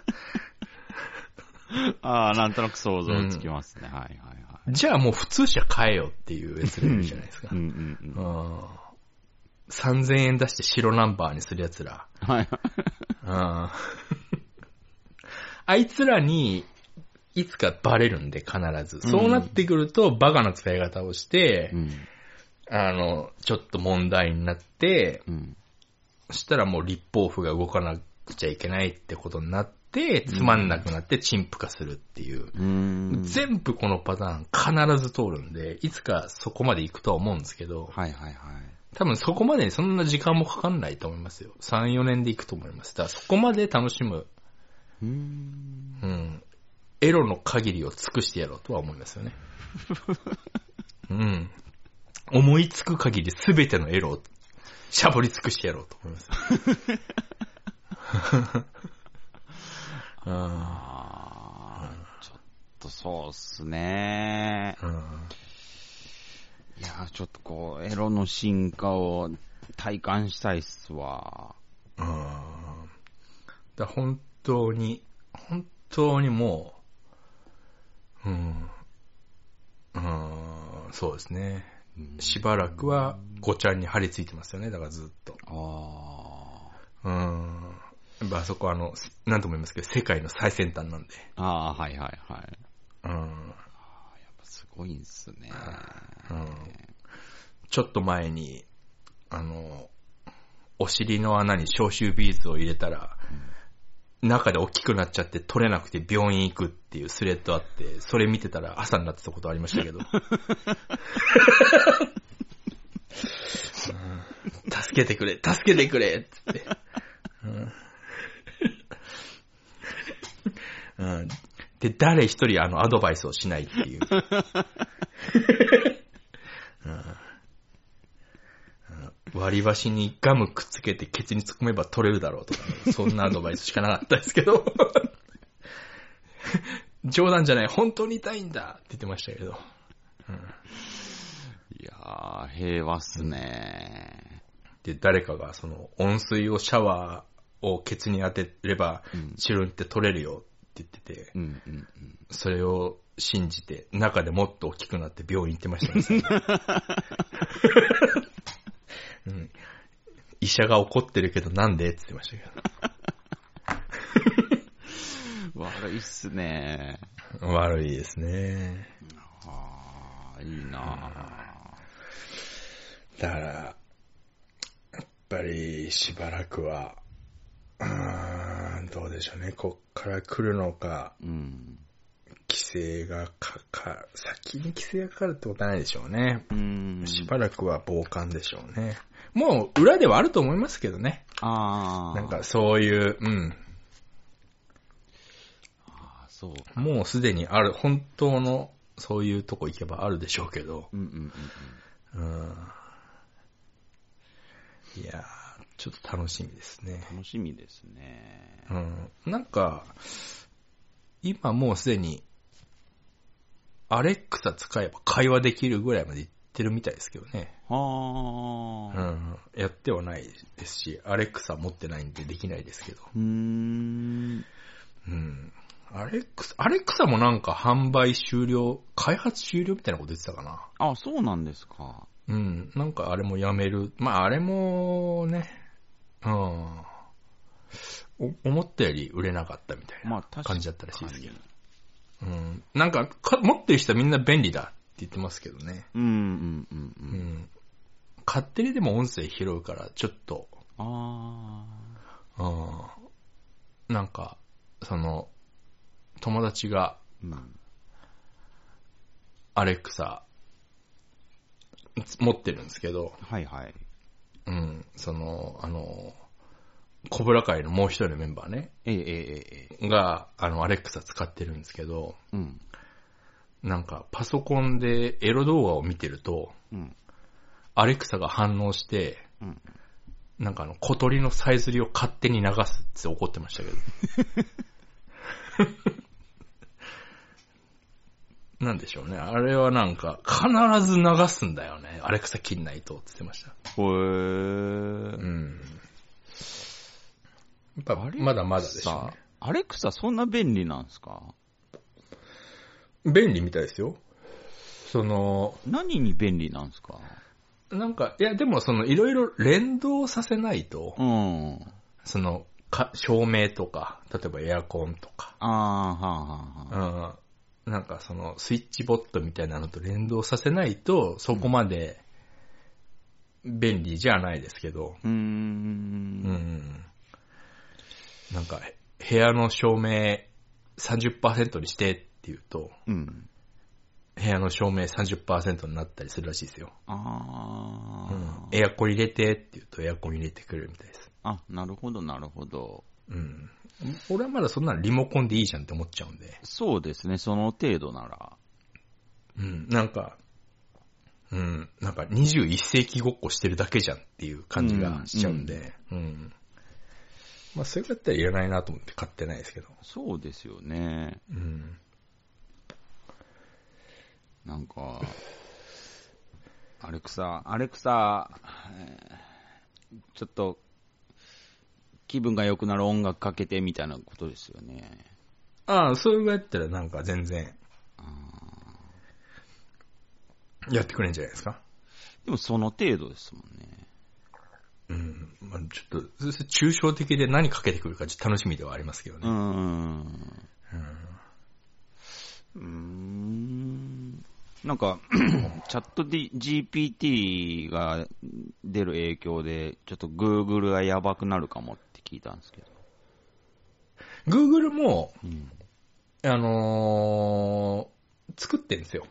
Speaker 2: ああ、なんとなく想像つきますね。はいはいは
Speaker 1: じゃあもう普通車買えよっていうやつがいるじゃないですか
Speaker 2: い。う。んうん
Speaker 1: う
Speaker 2: うん。
Speaker 1: ん。3000円出して白ナンバーにするやつら。
Speaker 2: はいはい。
Speaker 1: うん。あいつらに、いつかバレるんで必ず。そうなってくると、バカな使い方をして
Speaker 2: う、ん。
Speaker 1: あの、ちょっと問題になって、
Speaker 2: うん。
Speaker 1: そしたらもう立法府が動かなくちゃいけないってことになっって、つまんなくなって陳腐化するっていう。
Speaker 2: うーん。
Speaker 1: 全部このパターン必ず通るんで、いつかそこまで行くとは思うんですけど、
Speaker 2: はいはいはい。
Speaker 1: 多分そこまでそんな時間もかかんないと思いますよ。3、4年で行くと思います。だからそこまで楽しむ、
Speaker 2: うーん。
Speaker 1: うん、エロの限りを尽くしてやろうとは思いますよね。うん。思いつく限り全てのエロをしゃぶり尽くしてやろうと思います。うん
Speaker 2: あーちょっとそうっすね。
Speaker 1: うん
Speaker 2: いやーちょっとこう、エロの進化を体感したいっすわ。
Speaker 1: うんだから本当に、本当にもう、うん、うん、そうですね。しばらくは、ごちゃんに張り付いてますよね、だからずっと。
Speaker 2: あ
Speaker 1: うん。やっぱあそこはあの、すなんとも言いますけど、世界の最先端なんで。
Speaker 2: あ。ああ、はいはいはい。や
Speaker 1: うん。
Speaker 2: っぱすごいんす ね。
Speaker 1: うん、ちょっと前に、あの、お尻の穴に消臭ビーズを入れたら、中で大きくなっちゃって取れなくて病院行くっていうスレッドあって、それ見てたら朝になってたことありましたけど。うん助けてくれ、助けてくれっつって。うんうんで、誰一人あのアドバイスをしないっていう。割り箸にガムくっつけてケツに突っ込めば取れるだろうとか、ね、そんなアドバイスしかなかったですけど。 冗談じゃない、本当に痛いんだって言ってましたけど。
Speaker 2: いやー、平和っすね。
Speaker 1: で、誰かがその温水をシャワーをケツに当てれば
Speaker 2: うん、
Speaker 1: チルンって取れるよって言ってて、
Speaker 2: うんうんうん。
Speaker 1: それを信じて、中でもっと大きくなって病院行ってましたねうん医者が怒ってるけどなんでって言ってましたけど。
Speaker 2: 悪いっすね。
Speaker 1: 悪いですね。
Speaker 2: ああ、いいな
Speaker 1: だから、やっぱりしばらくは、うーん、どうでしょうね。こっから来るのか、
Speaker 2: ーうん。
Speaker 1: 規制がかか、先に規制がかかるってことはないでしょうね。
Speaker 2: うん。
Speaker 1: しばらくは傍観でしょうね。もう裏ではあると思いますけどね。
Speaker 2: ああ。
Speaker 1: なんかそういう、うん。
Speaker 2: あー、そう。
Speaker 1: もうすでにある、本当のそういうとこ行けばあるでしょうけど。
Speaker 2: うんうんうんうん。
Speaker 1: うんいやー、ちょっと楽しみですね。
Speaker 2: 楽しみですね。
Speaker 1: うん。なんか、今もうすでに、アレクサ使えば会話できるぐらいまでいってるみたいですけどね。
Speaker 2: は
Speaker 1: う
Speaker 2: あ。
Speaker 1: ん。やってはないですし、アレクサ持ってないんでできないですけど。
Speaker 2: うーん。
Speaker 1: うん。アレクサ、アレクサもなんか販売終了、開発終了みたいなこと言ってたかな。
Speaker 2: あ、そうなんですか。
Speaker 1: うん、なんかあれもやめる。まああれもね、うん。お思ったより売れなかったみたいな。
Speaker 2: まあ確かに。
Speaker 1: 感じだったらしいですけどうん。なんかか、持ってる人はみんな便利だって言ってますけどね。
Speaker 2: うんうんうんう。
Speaker 1: うんん。勝手にでも音声拾うから、ちょっと、
Speaker 2: あ
Speaker 1: うん。なんか、その、友達が
Speaker 2: ーうん。
Speaker 1: アレクサ持ってるんですけど、
Speaker 2: はいはい。
Speaker 1: うん。その、あの、コブラ会のもう一人のメンバーね。
Speaker 2: ええええええ。
Speaker 1: が、あの、アレクサ使ってるんですけど、
Speaker 2: うん。
Speaker 1: なんか、パソコンでエロ動画を見てると、
Speaker 2: うん。
Speaker 1: アレクサが反応して、
Speaker 2: うん。
Speaker 1: なんかあの、小鳥のさえずりを勝手に流すって怒ってましたけど。なんでしょうね。あれはなんか、必ず流すんだよね。アレクサ切んないとって言ってました。
Speaker 2: ほえ
Speaker 1: う。ん。やっぱ、
Speaker 2: アレクサ
Speaker 1: まだまだでしょうね
Speaker 2: さ。アレクサそんな便利なんですか
Speaker 1: 便利みたいですよ。その、
Speaker 2: 何に便利なんですか
Speaker 1: なんか、いや、でもその、いろいろ連動させないと、
Speaker 2: うん。あ
Speaker 1: その、か、照明とか、例えばエアコンとか、
Speaker 2: あー、はあはあはあ。
Speaker 1: うん、なんかその、スイッチボットみたいなのと連動させないと、そこまで、便利じゃないですけど、
Speaker 2: うー。
Speaker 1: うんん。なんか、へ部屋の照明30%にしてって言うと、
Speaker 2: うん。
Speaker 1: 部屋の照明30%になったりするらしいですよ。
Speaker 2: あ
Speaker 1: う
Speaker 2: ー
Speaker 1: ん。エアコン入れてって言うとエアコン入れてくれるみたいです。
Speaker 2: あ、なるほど、なるほど。
Speaker 1: うん。俺はまだそんなのリモコンでいいじゃんって思っちゃうんで。
Speaker 2: そうですね、その程度なら。
Speaker 1: うん。なんか、うん。なんか21世紀ごっこしてるだけじゃんっていう感じがしちゃうんで。うん。まあ、それだったらいらないなと思って買ってないですけど。
Speaker 2: そうですよね。
Speaker 1: うん。
Speaker 2: なんか、アレクサ、アレクサ、えーちょっと、気分が良くなる音楽かけてみたいなことですよね。
Speaker 1: ああ、それぐらいだったらなんか全然、やってくれんじゃないですか。
Speaker 2: でもその程度ですもんね。
Speaker 1: うん。まあ、ちょっと、そ抽象的で何かけてくるかちょっと楽しみではありますけど
Speaker 2: うー
Speaker 1: ね。
Speaker 2: ん。うーん。なんか、 チャット D- GPT が出る影響で、ちょっと Google がやばくなるかもって聞いたんですけど。
Speaker 1: Google も、
Speaker 2: うん。
Speaker 1: あのー作ってんですよ。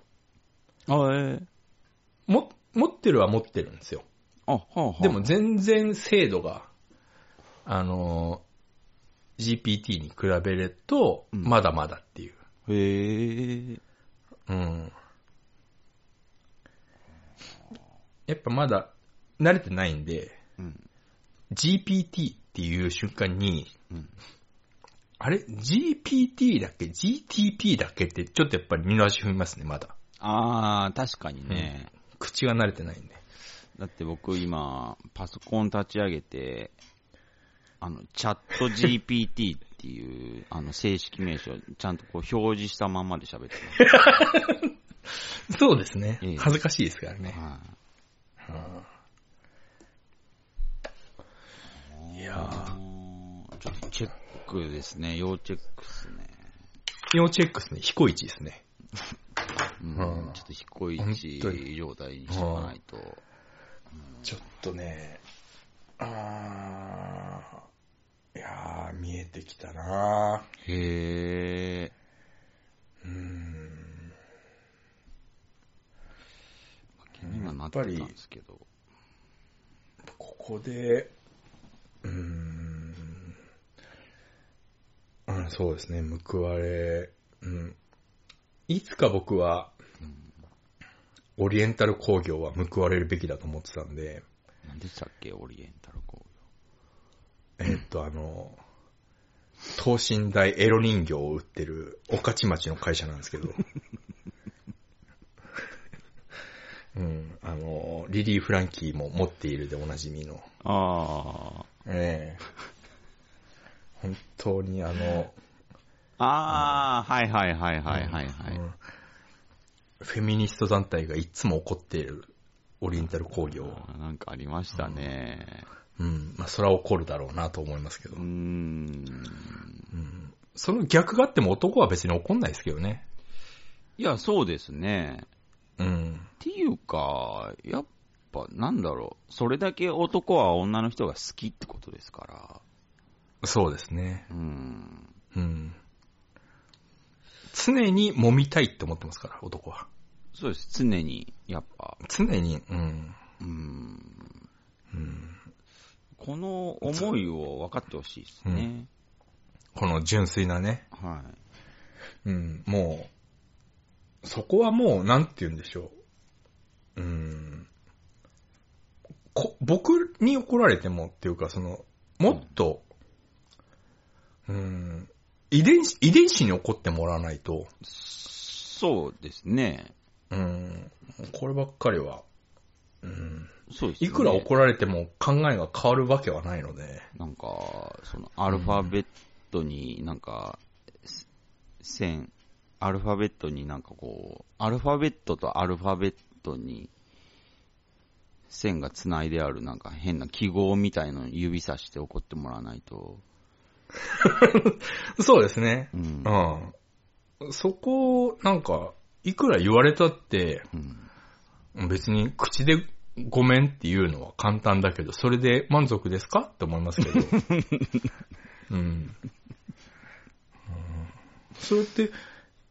Speaker 2: あ、え
Speaker 1: も、持ってるは持ってるんですよ。
Speaker 2: あ、はあ、はあ。
Speaker 1: でも、全然精度が、あのー GPT に比べると、
Speaker 2: うん
Speaker 1: まだまだっていう。
Speaker 2: へえ。
Speaker 1: うん。やっぱまだ慣れてないんで、
Speaker 2: うん。
Speaker 1: GPT っていう瞬間に、
Speaker 2: うん。
Speaker 1: あれ ?GPT だっけ ?GTP だっけってちょっとやっぱり二の足踏みますね、まだ。
Speaker 2: ああ、確かにね。
Speaker 1: 口が慣れてないんで。
Speaker 2: だって僕今、パソコン立ち上げて、あの、チャット GPT っていう、あの、正式名称、ちゃんとこう表示したまんまで喋ってます。
Speaker 1: そうですね
Speaker 2: ええ。
Speaker 1: 恥ずかしいですからね。
Speaker 2: はい
Speaker 1: いやー
Speaker 2: うんちょっとチェックですね。要チェックっすね。
Speaker 1: 要チェックですね。彦一ですね。
Speaker 2: うん
Speaker 1: うん
Speaker 2: ちょっと低い位
Speaker 1: 本当
Speaker 2: 置
Speaker 1: に
Speaker 2: 状態にしとかないと。
Speaker 1: ちょっとね、あー、いやー、見えてきたな
Speaker 2: へえ。
Speaker 1: ー。うーん。
Speaker 2: 気にはなってたんですけど。
Speaker 1: ここで、うーん、うん、そうですね、報われ、うん。いつか僕は、オリエンタル工業は報われるべきだと思ってたんで、
Speaker 2: 何でしたっけオリエンタル工
Speaker 1: えーっと、あの、等身大エロ人形を売ってる、御徒町の会社なんです けど、うん、あの、リリー・フランキーも持っているでおなじみの、
Speaker 2: 業。あ
Speaker 1: ええ。本当にあの、
Speaker 2: あ。ああ、はいはいはいはいはいは
Speaker 1: う
Speaker 2: い。
Speaker 1: んフェミニスト団体がいつも怒っているオリエンタル工業。
Speaker 2: あーなんかありましたね。
Speaker 1: うん。まあ、それは怒るだろうなと思いますけど
Speaker 2: うー。ん。
Speaker 1: その逆があっても男は別に怒んないですけどね。
Speaker 2: いや、そうですね。
Speaker 1: うん。
Speaker 2: っていうか、やっぱなんだろう、それだけ男は女の人が好きってことですか
Speaker 1: そうですね。
Speaker 2: ら、うん、
Speaker 1: うん。常に揉みたいって思ってますから、男は。
Speaker 2: そうです、常に、やっぱ、
Speaker 1: 常に、うん。
Speaker 2: うん、
Speaker 1: うん。
Speaker 2: この思いを分かってほしいですね。
Speaker 1: この純粋なね。
Speaker 2: は
Speaker 1: うん、もう、そこはもう、なんて言うんでしょう。うん。こ、僕に怒られてもっていうか、その、もっと、うん、遺伝子、遺伝子に怒ってもらわないと、
Speaker 2: い。そうですね。
Speaker 1: うん、こればっかりは、うん、
Speaker 2: そうですね。
Speaker 1: いくら怒られても考えが変わるわけはないので、
Speaker 2: なんか、その、アルファベットになんか、せ線、アルファベットになんかこう、アルファベットとアルファベットに、線が繋いであるなんか変な記号みたいのを指さして怒ってもらわないと。
Speaker 1: そうですね。
Speaker 2: うん。
Speaker 1: うん。そこを、なんか、いくら言われたって、
Speaker 2: うん
Speaker 1: 別に口でごめんっていうのは簡単 だけど、それで満足ですかって思いますけど。うん。それって、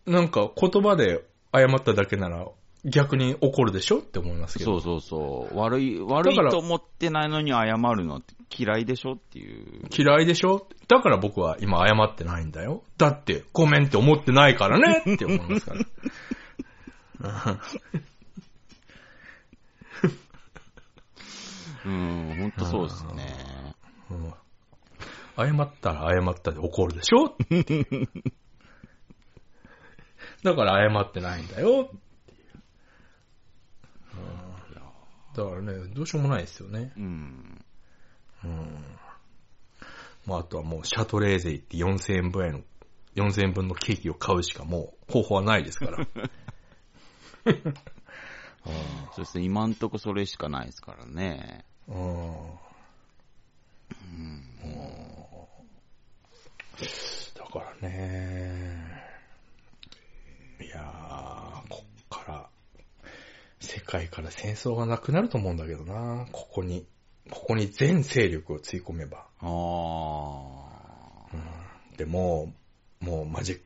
Speaker 1: なんか言葉で謝っただけなら逆に怒るでしょって思いますけ
Speaker 2: そ
Speaker 1: ど。
Speaker 2: うそうそう。悪い、悪い
Speaker 1: だから
Speaker 2: と思ってないのに謝るのって嫌いでしょっていう。
Speaker 1: 嫌いでしょだから僕は今謝ってないんだよ。だって、ごめんって思ってないからねって思いますから。
Speaker 2: うん、ほんとそうですね。
Speaker 1: うん謝ったら謝ったで怒るでしょっていうだから謝ってないんだよっていううんだからね、どうしようもないですよね。
Speaker 2: うん。
Speaker 1: うん。まあ、あとはもう、シャトレーゼ行って4000円分の、4000円分のケーキを買うしかもう方法はないですから。
Speaker 2: そうですね、今んとこそれしかないですからね。
Speaker 1: うん。もうだからね、いやー、こっから、世界から戦争がなくなると思うんだけどな、ここに。ここに全勢力をつい込めば。
Speaker 2: ああ。
Speaker 1: でもう、もうマジッ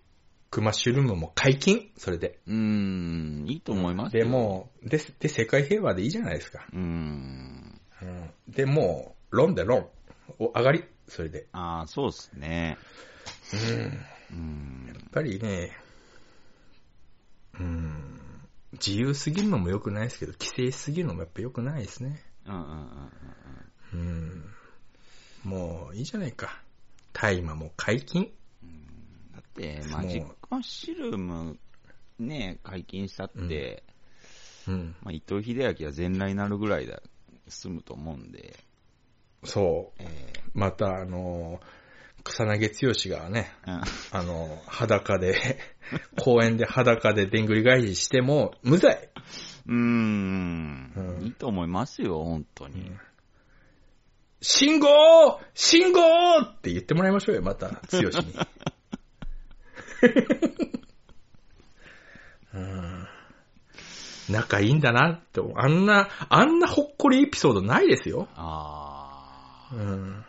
Speaker 1: クマッシュルームも解禁それで。
Speaker 2: うん、いいと思います
Speaker 1: で
Speaker 2: よ。
Speaker 1: もう、で、で、世界平和でいいじゃないですか。
Speaker 2: うん。
Speaker 1: うん。で、もう、論で論。お、上がり。それで。
Speaker 2: ああ、そうですね。
Speaker 1: うん。
Speaker 2: うん。
Speaker 1: やっぱりね、うん、自由すぎるのも良くないですけど、規制しすぎるのもやっぱ良くないですね。
Speaker 2: うんうんうん
Speaker 1: うん。もういいじゃないか。大麻も解禁。
Speaker 2: うん。だって、マジックマッシュルーム、ね、解禁したって、
Speaker 1: うん。
Speaker 2: まあ、伊藤秀明は全裸になるぐらいだ、済むと思うんで、
Speaker 1: そ
Speaker 2: え
Speaker 1: う。また、あの、草薙剛がね、
Speaker 2: ーうん
Speaker 1: あの、裸で、 公園で裸ででんぐり返ししても無罪。
Speaker 2: うーん
Speaker 1: うん
Speaker 2: いいと思いますよ、本当に。
Speaker 1: 信号信号って言ってもらいましょうよ、また、強しに。うん仲いいんだなって思う、あんな、あんなほっこりエピソードないですよ。
Speaker 2: あ
Speaker 1: うん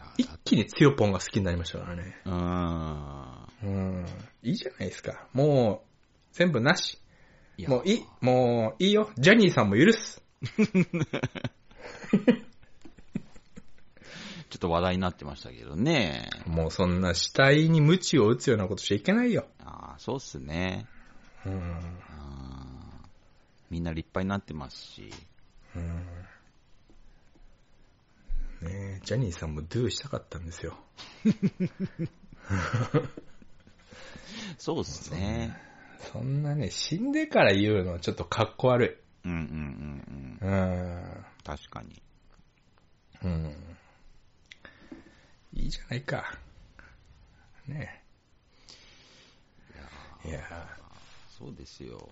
Speaker 2: あ。い
Speaker 1: 一
Speaker 2: や
Speaker 1: 気に強ポンが好きになりましたからね。
Speaker 2: うーん。
Speaker 1: うん。いいじゃないですか。もう、全部なし。
Speaker 2: いや
Speaker 1: もういい、もういいよ。ジャニーさんも許す。
Speaker 2: ちょっと話題になってましたけどね。
Speaker 1: もうそんな死体に鞭を打つようなことしちゃいけないよ。
Speaker 2: ああ、そうっすね。
Speaker 1: うん。
Speaker 2: あーみんな立派になってますし。
Speaker 1: うんねえ、ジャニーさんもドゥしたかったんですよ。
Speaker 2: そうっすね。
Speaker 1: そんなね、死んでから言うのはちょっとかっこ悪
Speaker 2: うんうんうんうん
Speaker 1: い。。うん。
Speaker 2: 確かに。
Speaker 1: うん。いいじゃないか。ねえ。いや
Speaker 2: そうですよ。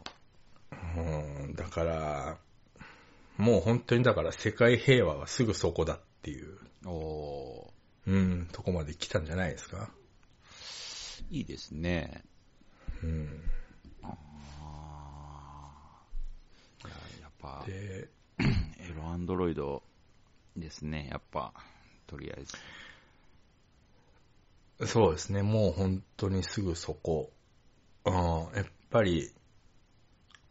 Speaker 1: うん、だから、もう本当にだから世界平和はすぐそこだっていう、
Speaker 2: お
Speaker 1: うん、とこまで来たんじゃないですか。
Speaker 2: ーいいですね。
Speaker 1: うん。
Speaker 2: ああ。いややっぱ、
Speaker 1: で、
Speaker 2: エロアンドロイドですね、やっぱ。とりあえず。
Speaker 1: そうですね、もう本当にすぐそこ。うん、やっぱり、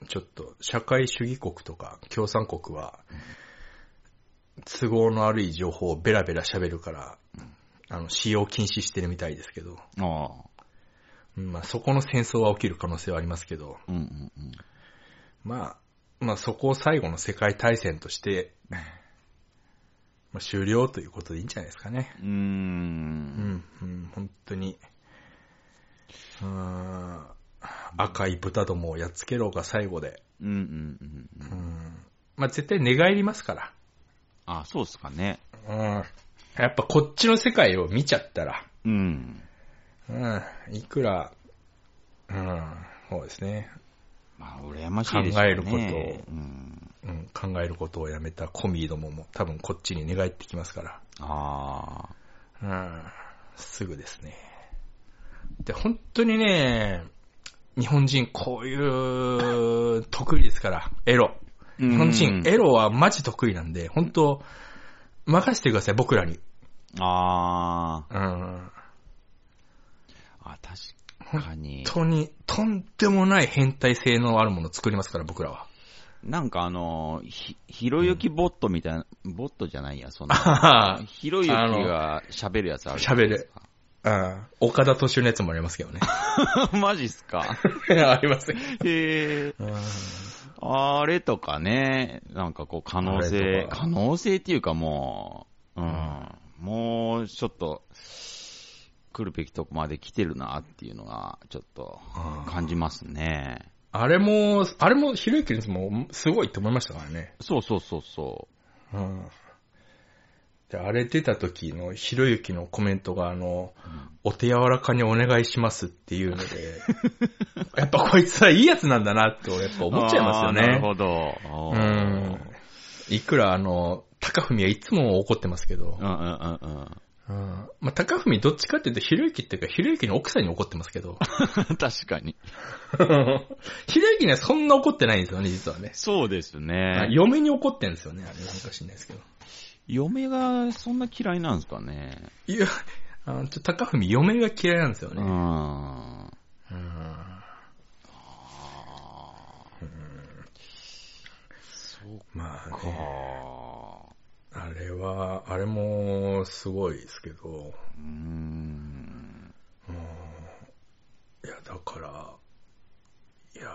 Speaker 1: ちょっと、社会主義国とか共産国は、都合の悪い情報をベラベラ喋るから、あの、使用禁止してるみたいですけど、
Speaker 2: ああ。
Speaker 1: うんまあそこの戦争は起きる可能性はありますけど、
Speaker 2: うんうんうん。
Speaker 1: まあ、まあそこを最後の世界大戦として、まあ終了ということでいいんじゃないですかね。
Speaker 2: うーん。
Speaker 1: うん、本当に。うーん赤い豚どもをやっつけろが最後で。
Speaker 2: うんうんうんう。
Speaker 1: うんん。まあ、絶対寝返りますから。
Speaker 2: あ、そうっすかね。
Speaker 1: うん。やっぱこっちの世界を見ちゃったら、
Speaker 2: うん。
Speaker 1: うん。いくら、うん、そうですね。
Speaker 2: まあ、羨ましいですよね。
Speaker 1: 考えることを
Speaker 2: うん。
Speaker 1: うん、考えることをやめたコミーどもも多分こっちに寝返ってきますから。
Speaker 2: ああ。
Speaker 1: うん。すぐですね。で、本当にね、日本人こういう得意ですから、エロ。日本人、エロはマジ得意なんで、本当任せてください、僕らに。
Speaker 2: あ
Speaker 1: う
Speaker 2: あ。
Speaker 1: ん。
Speaker 2: あ、確かに。
Speaker 1: 本当に、とんでもない変態性のあるものを作りますから、僕らは。
Speaker 2: なんかあの、ひ、ひろゆきボットみたいな、ボットじゃないや、そん
Speaker 1: あ
Speaker 2: な。
Speaker 1: はは
Speaker 2: ひろゆきが喋るやつあるじゃないですか。
Speaker 1: うん。岡田敏夫のやつもありますけどね。
Speaker 2: マジっす か。
Speaker 1: あります
Speaker 2: へえ。
Speaker 1: うん
Speaker 2: あれとかね、なんかこう可能
Speaker 1: あれ
Speaker 2: 性
Speaker 1: と、か
Speaker 2: 可能性っていうかもう、うん、もうちょっと、来るべきとこまで来てるなっていうのが、ちょっと
Speaker 1: うん
Speaker 2: 感じますね。
Speaker 1: あれも、あれも、ひろゆきのやつもすごいって思いましたからね。
Speaker 2: そうそうそうそ
Speaker 1: うん。で、あれ出た時のひろゆきのコメントが、あの、お手柔らかにお願いしますっていうの で、やっぱこいつはいいやつなんだなって、やっぱ
Speaker 2: う。
Speaker 1: 思っちゃいますよ
Speaker 2: あーなる
Speaker 1: ね。
Speaker 2: ほど。
Speaker 1: う。
Speaker 2: うん
Speaker 1: いくら、あの、高文はいつも怒ってますけど
Speaker 2: うんう、んうんうん。
Speaker 1: うん。まあ、高文どっちかっていうと、ひろゆきっていうか、ひろゆきの奥さんに怒ってますけど、
Speaker 2: 確かに。
Speaker 1: ひろゆきにはそんな怒ってないんですよね、実はね。
Speaker 2: そうです
Speaker 1: あ
Speaker 2: ね。
Speaker 1: 嫁に怒ってんですよね、あれなんか知んないですけど。
Speaker 2: 嫁がそんな嫌いなんですかね。
Speaker 1: いや、あのちょっと高文、嫁が嫌いなんですよ
Speaker 2: う
Speaker 1: ね。
Speaker 2: ん。
Speaker 1: うん。
Speaker 2: そう
Speaker 1: まあ、
Speaker 2: か。
Speaker 1: ね、あれは、あれもすごいですけど、
Speaker 2: うん。
Speaker 1: うん。いや、だから、いや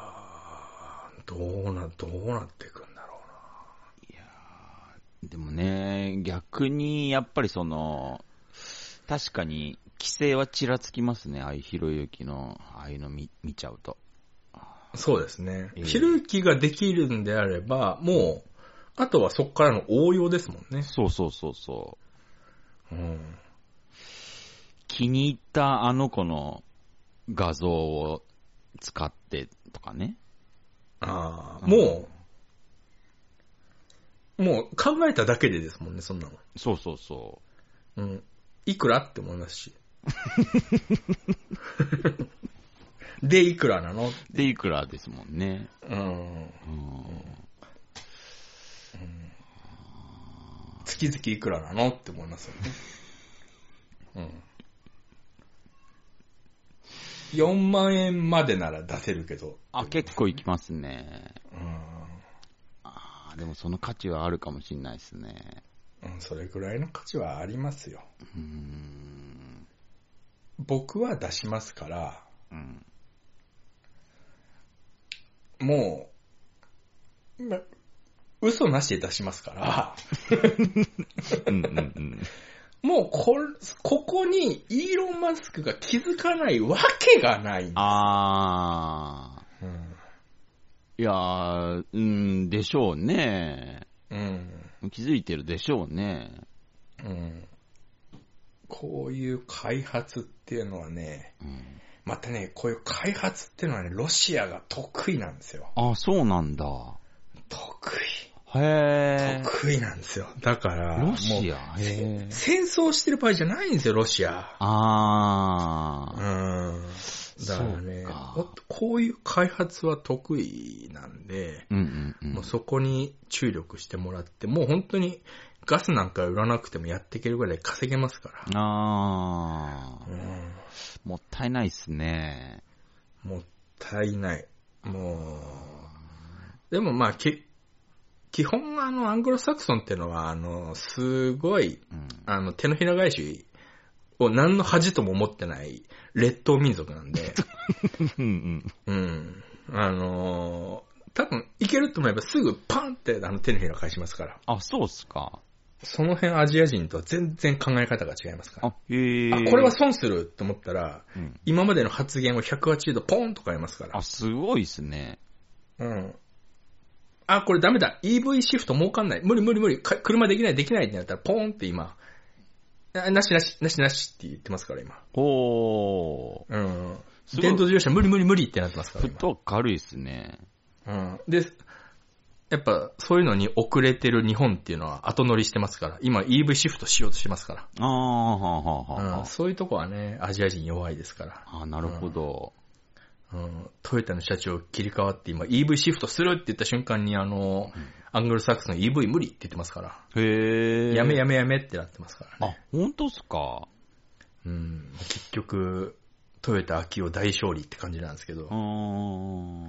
Speaker 1: ーどうな、どうなっていくんだろ
Speaker 2: でもね、逆に、やっぱりその、確かに、規制はちらつきますね、ああいうひろゆきの、ああいうの見見ちゃうと。
Speaker 1: うな。そうですね
Speaker 2: え。え
Speaker 1: ひろゆきができるんであれば、もう、あとはそこからの応用ですもんね。
Speaker 2: そうそうそうそう。
Speaker 1: うん。
Speaker 2: 気に入ったあの子の画像を使ってとかね。
Speaker 1: ああ、
Speaker 2: うん
Speaker 1: もう、もう考えただけでですもんね、そんなの。
Speaker 2: そうそうそ
Speaker 1: うん。いくらって思いますし。 で、いくらなの
Speaker 2: う。で、いくらですもんね。
Speaker 1: うん。
Speaker 2: うん。
Speaker 1: 月々いくらなのって思いますよね。うん。4万円までなら出せるけど。
Speaker 2: あ、結構いきますね。
Speaker 1: うん。
Speaker 2: あーでもその価値はあるかもしれないですね。
Speaker 1: うん、それぐらいの価値はありますよ。
Speaker 2: うーん。
Speaker 1: 僕は出しますから、
Speaker 2: うん。
Speaker 1: もう、ま、嘘なしで出しますから、
Speaker 2: うんうんうん。
Speaker 1: もうこ、ここにイーロン・マスクが気づかないわけがない。
Speaker 2: あ
Speaker 1: うん。
Speaker 2: ー。いやー、うん、でしょうね。
Speaker 1: うん。
Speaker 2: 気づいてるでしょうね。
Speaker 1: うん。こういう開発っていうのはね、
Speaker 2: うん、
Speaker 1: またね、こういう開発っていうのはね、ロシアが得意なんですよ。
Speaker 2: あ、そうなんだ。
Speaker 1: 得
Speaker 2: へ
Speaker 1: 意。
Speaker 2: ー。
Speaker 1: 得意なんですよ。だから、
Speaker 2: ロシ
Speaker 1: も
Speaker 2: アへ
Speaker 1: う
Speaker 2: ー。
Speaker 1: 戦争してる場合じゃないんですよ、ロシア。
Speaker 2: あ
Speaker 1: う
Speaker 2: ー。
Speaker 1: んだからね
Speaker 2: そうか
Speaker 1: ほんとこういう開発は得意なんで、
Speaker 2: うんうんうん。
Speaker 1: もうそこに注力してもらって、もう本当にガスなんか売らなくてもやっていけるぐらい稼げますから。
Speaker 2: あー。
Speaker 1: うん
Speaker 2: もったいないっすね。
Speaker 1: もったいない。もう、でもまあ、き基本あの、アングロサクソンってのは、あの、すごい、
Speaker 2: うん。
Speaker 1: あの、手のひら返しを何の恥とも思ってない劣等民族なんで、
Speaker 2: うん
Speaker 1: うん。あのー多分、いけると思えばすぐパンってあの手のひら返しますから。
Speaker 2: あ、そうっすか。
Speaker 1: その辺アジア人とは全然考え方が違いますから。
Speaker 2: あ、へー。
Speaker 1: あ、これは損すると思ったら、
Speaker 2: うん。
Speaker 1: 今までの発言を180度ポンと変えますから
Speaker 2: あ、。すごいっすね。
Speaker 1: うん。あ、これダメだ。EV シフト儲かんない。無理無理無理。か車できないできないってなったらポンって今、あなしなし、なしなしって言ってますから今。
Speaker 2: おー。
Speaker 1: うん。
Speaker 2: すごい
Speaker 1: 電動自動車無理無理無理ってなってますから
Speaker 2: フッ
Speaker 1: 今。
Speaker 2: トワーク軽いですね。
Speaker 1: うん。で、やっぱそういうのに遅れてる日本っていうのは後乗りしてますから、今 EV シフトしようとしてますか
Speaker 2: あー、はあ、はあ、は
Speaker 1: ら、
Speaker 2: あ
Speaker 1: うん、そういうとこはね、アジア人弱いですから、
Speaker 2: あー、なるほど。
Speaker 1: うん、トヨタの社長切り替わって今 EV シフトするって言った瞬間にあの、アングルサックスの EV 無理って言ってますから、
Speaker 2: へえ。
Speaker 1: やめやめやめってなってますからね。
Speaker 2: あ、本当っすか
Speaker 1: うん、結局、トヨタ秋を大勝利って感じなんですけど
Speaker 2: う、ん。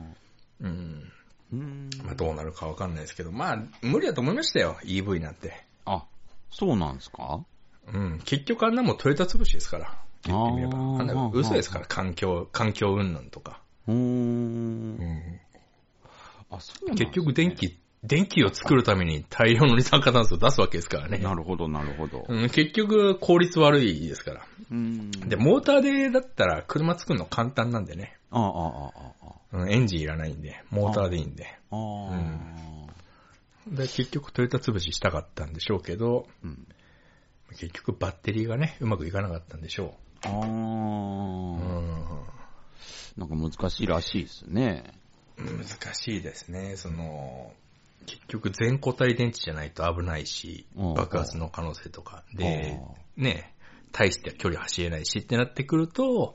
Speaker 1: うん。
Speaker 2: うん。
Speaker 1: まあ、どうなるかわかんないですけど、まあ、無理だと思いましたよ、EV なんて。
Speaker 2: あ、そうなんですか
Speaker 1: うん。結局あんなもんトヨタ潰しですから。言ってみれば。
Speaker 2: あー
Speaker 1: あんな
Speaker 2: まあ
Speaker 1: 嘘ですから、環境、環境云々とか。
Speaker 2: うーん。
Speaker 1: うん。
Speaker 2: あ、そうなんですね
Speaker 1: 結局電気、電気を作るために大量の二酸化炭素を出すわけですからね。
Speaker 2: なるほど、なるほど。
Speaker 1: うん、結局効率悪いですから。
Speaker 2: うん。
Speaker 1: で、モーターでだったら車作るの簡単なんでね。
Speaker 2: ああ、ああ、あ
Speaker 1: うん、エンジンいらないんで、モーターでいいんで。
Speaker 2: あ、あ
Speaker 1: で、結局トヨタ潰ししたかったんでしょうけど、
Speaker 2: あ。うん。
Speaker 1: 結局バッテリーがね、うまくいかなかったんでしょ
Speaker 2: あ
Speaker 1: う。う
Speaker 2: あ、
Speaker 1: ん。
Speaker 2: なんか難しいらしいですね。
Speaker 1: 難しいですね。その、結局全固体電池じゃないと危ないし、
Speaker 2: うん
Speaker 1: 爆発の可能性とか。で、ね、大して距離走れないしってなってくると、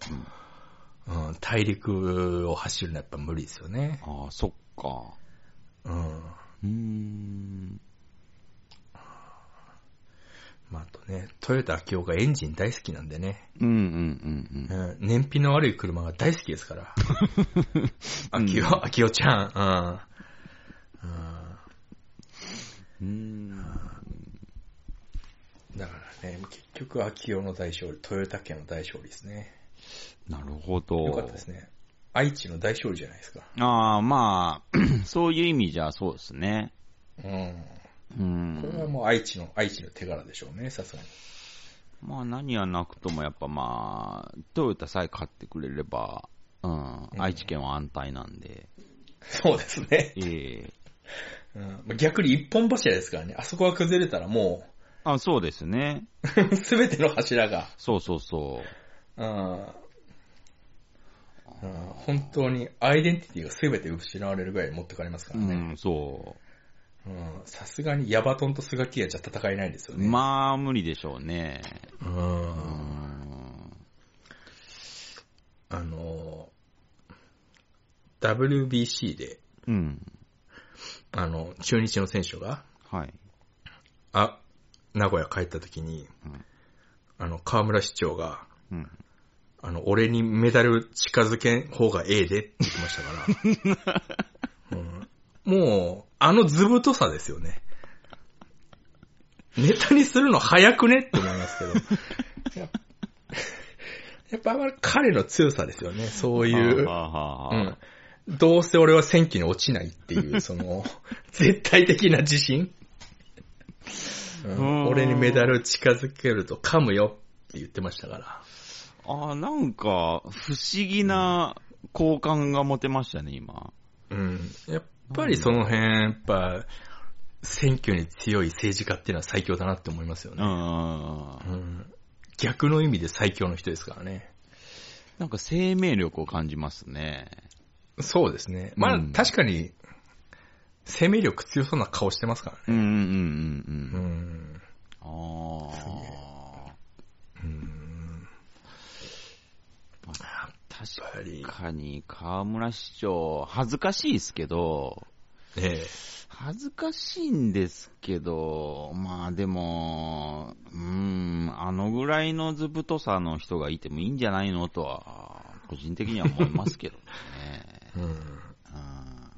Speaker 1: うん、大陸を走るのはやっぱ無理ですよね。
Speaker 2: ああ、そっか。
Speaker 1: うん。
Speaker 2: うーん。
Speaker 1: まあ、あとね、トヨタ秋夫がエンジン大好きなんでね、
Speaker 2: うんうん
Speaker 1: う
Speaker 2: うんうん。
Speaker 1: ん、燃費の悪い車が大好きですから。秋夫、秋夫ちゃん、うん。うん
Speaker 2: うーん。
Speaker 1: だからね、結局、秋代の大勝利、豊田家の大勝利ですね。
Speaker 2: なるほど。
Speaker 1: よかったですね。愛知の大勝利じゃないですか。
Speaker 2: ああ、まあ、 そういう意味じゃそうですね。
Speaker 1: うん。
Speaker 2: う
Speaker 1: これは
Speaker 2: ん。
Speaker 1: もう愛知の、愛知の手柄でしょうね、さすがに。
Speaker 2: まあ何はなくともやっぱまあ、トヨタさえ買ってくれれば、うん、
Speaker 1: うん
Speaker 2: 愛知県は安泰なんで、
Speaker 1: そうですね。
Speaker 2: ええ
Speaker 1: うんまあ、逆に一本柱ですからね、あそこが崩れたらも
Speaker 2: あ、そうですね。
Speaker 1: う、 すべての柱が、
Speaker 2: そうそうそう。
Speaker 1: うん。うん本当にアイデンティティが全て失われるぐらい持ってかれますから
Speaker 2: う
Speaker 1: ね。
Speaker 2: ん、そ
Speaker 1: うんさすがにヤバトンとスガキヤじゃ戦えないですよ
Speaker 2: う。
Speaker 1: ね。
Speaker 2: まあ、無理でしょうね。
Speaker 1: う。
Speaker 2: うんん。
Speaker 1: あの、WBC で、
Speaker 2: うん。
Speaker 1: あの、中日の選手が、
Speaker 2: はい。
Speaker 1: あ、名古屋帰った時に、
Speaker 2: うん
Speaker 1: あの、河村市長が、
Speaker 2: うん。
Speaker 1: あの、俺にメダル近づけん方がええでって言ってました から。うんもう、あの図太さですよね。ネタにするの早くねって思いますけど。 やっぱやっぱあまり彼の強さですよね。そういう
Speaker 2: は。あはあはあ
Speaker 1: うん。どうせ俺は選挙に落ちないって いう、その、絶対的な自信、うん
Speaker 2: うん
Speaker 1: 俺にメダル近づけると噛むよって言ってましたから。
Speaker 2: あー、なんか、不思議な好感が持てましたね、今。
Speaker 1: うん。やっぱりその辺、やっぱ、選挙に強い政治家っていうのは最強だなって思いますよ
Speaker 2: う
Speaker 1: ね。
Speaker 2: ん。
Speaker 1: うん。逆の意味で最強の人ですからね。
Speaker 2: なんか生命力を感じますね。
Speaker 1: そうですね。まあ、
Speaker 2: うん
Speaker 1: 確かに、生命力強そうな顔してますからね。
Speaker 2: うんうんうん
Speaker 1: う
Speaker 2: うん。
Speaker 1: ん。
Speaker 2: あ
Speaker 1: うん。やっ
Speaker 2: あ。確
Speaker 1: ぱり、
Speaker 2: かに、河村市長、恥ずかしいですけど、
Speaker 1: ええ。
Speaker 2: 恥ずかしいんですけど、まあでも、うーん、あのぐらいの図太さの人がいてもいいんじゃないのとは、個人的には思いますけど ね。
Speaker 1: うん。
Speaker 2: うん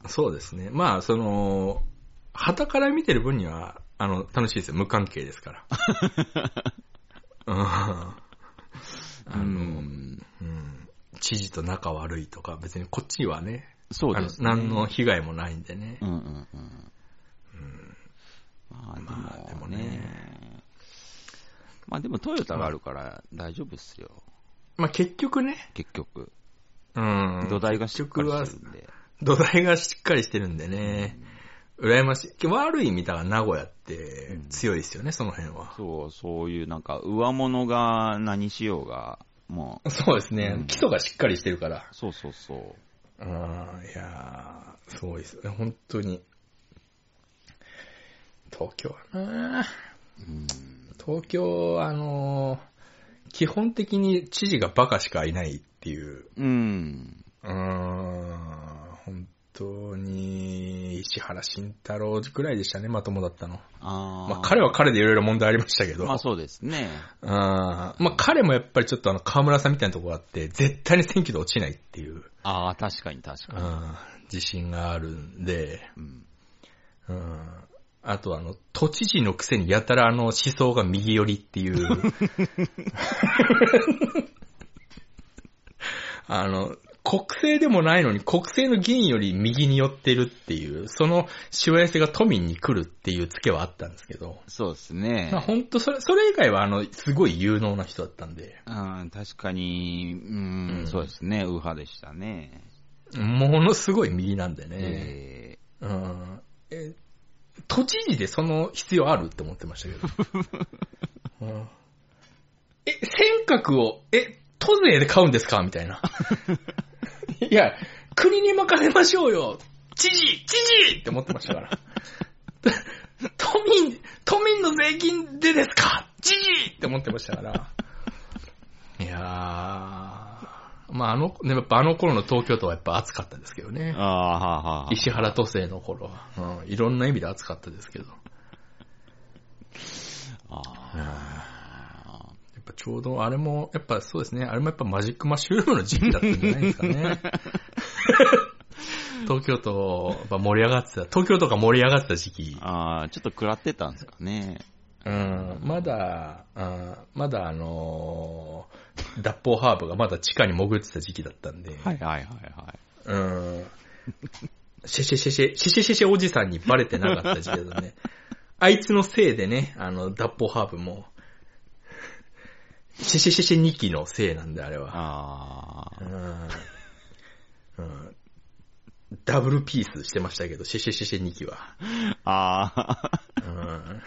Speaker 1: そうですね。まあ、その、旗から見てる分には、あの、楽しいですよ。無関係ですから。 うんあ
Speaker 2: う
Speaker 1: の、
Speaker 2: ん、
Speaker 1: うん。知事と仲悪いとか、別にこっちはね、
Speaker 2: そうですね。
Speaker 1: あの何の被害もないんでね
Speaker 2: う。んうんうん。まあ
Speaker 1: まあ
Speaker 2: で
Speaker 1: で
Speaker 2: も
Speaker 1: も
Speaker 2: ね
Speaker 1: ね。
Speaker 2: まあでもトヨタがあるから大丈夫っすよ。
Speaker 1: まあ結局ね、
Speaker 2: 結局。
Speaker 1: うん。
Speaker 2: 土台がしっかりして
Speaker 1: 結
Speaker 2: るんで。
Speaker 1: 土台がしっかりしてるんでね、羨ましい。悪い意味だから名古屋って強いですよね、その辺は。
Speaker 2: そう、そういうなんか上物が何しようが、もう、
Speaker 1: そうですね、基礎がしっかりしてるから。
Speaker 2: そうそうそう。
Speaker 1: ああ、いやー、すごいですよね、本当に。東京はな
Speaker 2: うん、
Speaker 1: 東京は、あのー基本的に知事がバカしかいないっていう、
Speaker 2: うん。
Speaker 1: うーん、本当に、石原慎太郎くらいでしたね、まともだったの。
Speaker 2: あー
Speaker 1: まあ彼は彼でいろいろ問題ありましたけど。
Speaker 2: まあそうですね。
Speaker 1: うんまあ彼もやっぱりちょっとあの、河村さんみたいなとこがあって、絶対に選挙で落ちないっていう、
Speaker 2: ああ、確かに確
Speaker 1: う
Speaker 2: かに。
Speaker 1: ん、自信があるんで、
Speaker 2: うん、
Speaker 1: うん、あとあの、都知事のくせにやたらあの、思想が右寄りって いう。あの、国政でもないのに国政の議員より右に寄ってるっていう、そのしわ寄せが都民に来るっていうツケはあったんですけど、
Speaker 2: そうですね
Speaker 1: まあ。本当それ、それ以外はあの、すごい有能な人だったんで、
Speaker 2: うん、確かに、うん、
Speaker 1: うん
Speaker 2: そうですね。右派でしたね。
Speaker 1: ものすごい右なんでね、
Speaker 2: え
Speaker 1: うん。え、都知事でその必要あるって思ってましたけど。うんえ、尖閣を、え、都税で買うんですかみたいな。いや、国に任せましょうよ知事知事って思ってましたから。 都民、都民の税金でですか知事って思ってましたから。いやー、まああの、でもやっぱあの頃の東京都はやっぱ暑かったですけどね。
Speaker 2: ー、ああ、はあ、はあ。
Speaker 1: 石原都政の頃は、うん、いろんな意味で暑かったですけど、や
Speaker 2: あ
Speaker 1: っぱちょうどあれも、やっぱそうですね、あれもやっぱマジックマッシュルームの時期だったんじゃないですか ね。東京都、やっぱ盛り上がってた、東京都が盛り上がってた時期
Speaker 2: ー、あー、ちょっと食らってたんですかね。
Speaker 1: うん、まだ、うんまだあのー脱法ハーブがまだ地下に潜ってた時期だったんで、
Speaker 2: はいはいはいはい。
Speaker 1: うん。シェシェシェシェ、シェシェシェシェおじさんにバレてなかった時期だね。あいつのせいでね、あの、脱法ハーブも、シェシェシェシェ2期のせいなんで、あれは。
Speaker 2: あ
Speaker 1: う
Speaker 2: あ、
Speaker 1: ん。うんダブルピースしてましたけど、シェシェシェシェ2期は。
Speaker 2: ああ、
Speaker 1: うん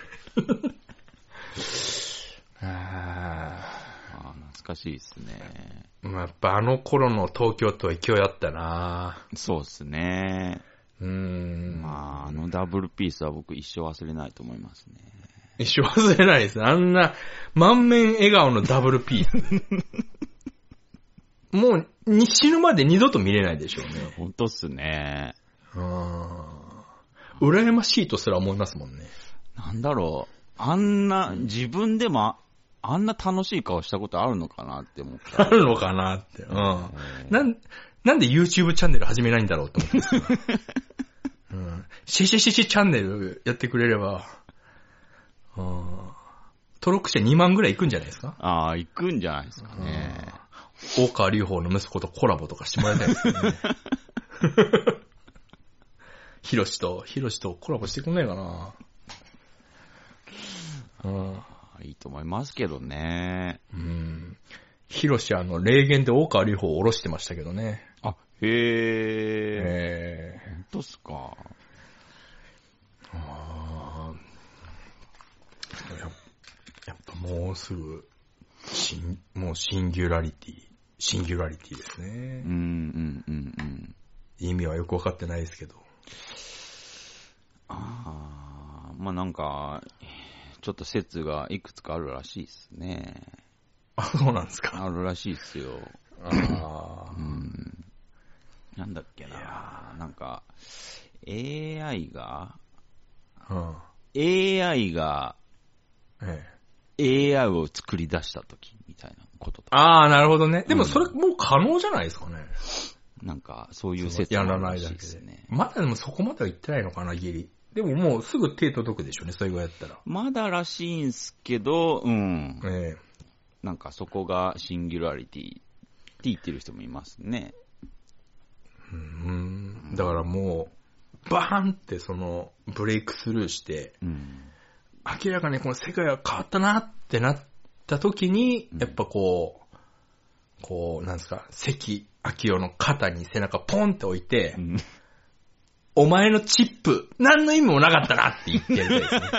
Speaker 1: あ
Speaker 2: あー懐かしいですね。
Speaker 1: ーまあ、やっぱあの頃の東京都は勢いあったな
Speaker 2: そうですね。
Speaker 1: うん。
Speaker 2: まあ、あのダブルピースは僕一生忘れないと思いますね。
Speaker 1: 一生忘れないですね。あんな、満面笑顔のダブルピース。もう、に死ぬまで二度と見れないでしょうね。
Speaker 2: 本当っすね。
Speaker 1: うーん。羨ましいとすら思いますもんね。
Speaker 2: なんだろう。あんな、自分でもあ、あんな楽しい顔したことあるのかなって思った。
Speaker 1: あ るのかなって。うん。なん、なんで YouTube チャンネル始めないんだろうと思 ってます。うん。シェシェシェシェチャンネルやってくれれば、うん。登録者2万ぐらいいくんじゃないですか
Speaker 2: ああ、行くんじゃないですかね。
Speaker 1: 大川隆法の息子とコラボとかしてもらいたいです よね。ヒロシと、ヒロシとコラボしてくんないかなうん。
Speaker 2: あーいいと思いますけどね。
Speaker 1: うん。ヒロシあの、霊言で大川隆法を下ろしてましたけどね。
Speaker 2: あ、へえ。
Speaker 1: ええ
Speaker 2: 本当っすか。
Speaker 1: あーややっぱもうすぐ、シン、もうシンギュラリティ、シンギュラリティです
Speaker 2: う
Speaker 1: ね
Speaker 2: ん、う。ん、うん、うん。
Speaker 1: 意味はよくわかってないですけど。
Speaker 2: ああ、まあなんか、ちょっと説がいくつかあるらしいですね。
Speaker 1: あ、そうなんですか。
Speaker 2: あるらしいですよ。
Speaker 1: あ
Speaker 2: う
Speaker 1: ー
Speaker 2: ん。なんだっけ
Speaker 1: い
Speaker 2: な。なんか、AI が、
Speaker 1: うん。
Speaker 2: AI が
Speaker 1: ええ
Speaker 2: AI を作り出した時みたいなこととか、
Speaker 1: ああ、なるほどね。でもそれもう可能じゃないですかね。
Speaker 2: なんかそういう説
Speaker 1: や
Speaker 2: もあ
Speaker 1: ら
Speaker 2: る
Speaker 1: な
Speaker 2: ら
Speaker 1: い
Speaker 2: し
Speaker 1: だ
Speaker 2: い
Speaker 1: け
Speaker 2: です
Speaker 1: で。
Speaker 2: ね。
Speaker 1: まだでもそこまでは行ってないのかな、ギリ。でももうすぐ手届くでしょうね、それぐらいやったら。
Speaker 2: まだらしいんすけど、うん。
Speaker 1: え
Speaker 2: なんかそこがシンギュラリティって言ってる人もいますね。
Speaker 1: えうん。だからもう、バーンってその、ブレイクスルーして、
Speaker 2: うん。
Speaker 1: 明らかにこの世界が変わったなってなった時に、やっぱこう、こう、なんですか、関明夫の肩に背中ポンって置いて、
Speaker 2: うん
Speaker 1: お前のチップ、何の意味もなかったなって言ってるですね。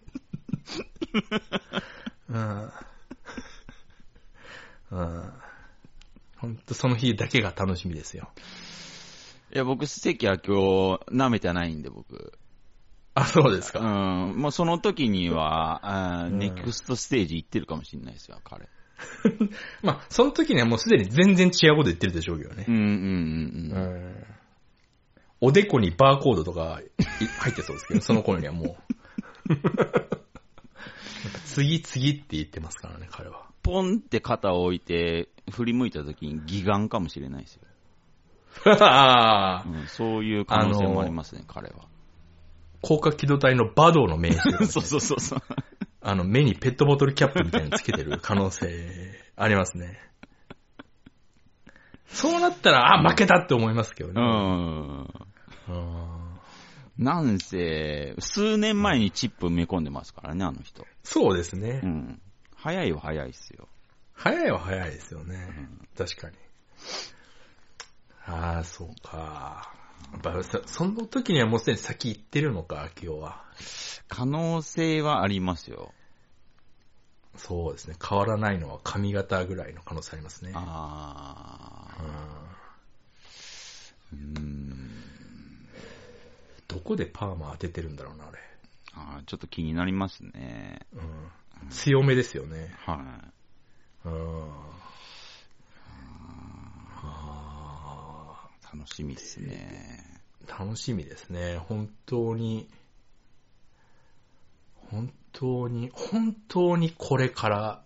Speaker 1: うん。うん。ほんとその日だけが楽しみですよ。
Speaker 2: いや、僕、関明夫、舐めてないんで、僕。
Speaker 1: あ、そうです
Speaker 2: う
Speaker 1: か。
Speaker 2: ん。もうその時には、あー
Speaker 1: うん
Speaker 2: ネクストステージ行ってるかもしれないですよ、彼。
Speaker 1: まあ、その時にはもうすでに全然違うこと言ってるでしょうけどね
Speaker 2: う。んうんうん
Speaker 1: う
Speaker 2: うん。
Speaker 1: ん。おでこにバーコードとかい入ってそうですけど、その頃には もう。次次って言ってますからね、彼 は。
Speaker 2: ポンって肩を置いて、振り向いた時に義眼かもしれないですよ。
Speaker 1: あ
Speaker 2: う
Speaker 1: あ
Speaker 2: ん、そういう可能性もありますね、彼は。
Speaker 1: 高架機動隊のバドーの名刺、 ね、
Speaker 2: そうそうそうそう。
Speaker 1: あの、目にペットボトルキャップみたいにつけてる可能性ありますね。そうなったら、あ、負けたって思いますけど
Speaker 2: う
Speaker 1: ね。
Speaker 2: ん。
Speaker 1: うん
Speaker 2: なんせ、数年前にチップ埋め込んでますからね、あの人。
Speaker 1: そうです
Speaker 2: う
Speaker 1: ね。
Speaker 2: ん。早いは早いっすよ。
Speaker 1: 早いは早いですよね。確かに。ああ、そうか。やっぱそその時にはもうすでに先行ってるのか、今日は。
Speaker 2: 可能性はありますよ。
Speaker 1: そうですね。変わらないのは髪型ぐらいの可能性ありますね。
Speaker 2: あ
Speaker 1: う
Speaker 2: あ。
Speaker 1: ん
Speaker 2: うーん。
Speaker 1: どこでパーマ当ててるんだろうな、あれ。
Speaker 2: あーちょっと気になりますね。
Speaker 1: うん、強めですよね。
Speaker 2: は
Speaker 1: うんあ
Speaker 2: い。楽しみですね。
Speaker 1: ー楽しみですね。本当に、本当に、本当にこれから、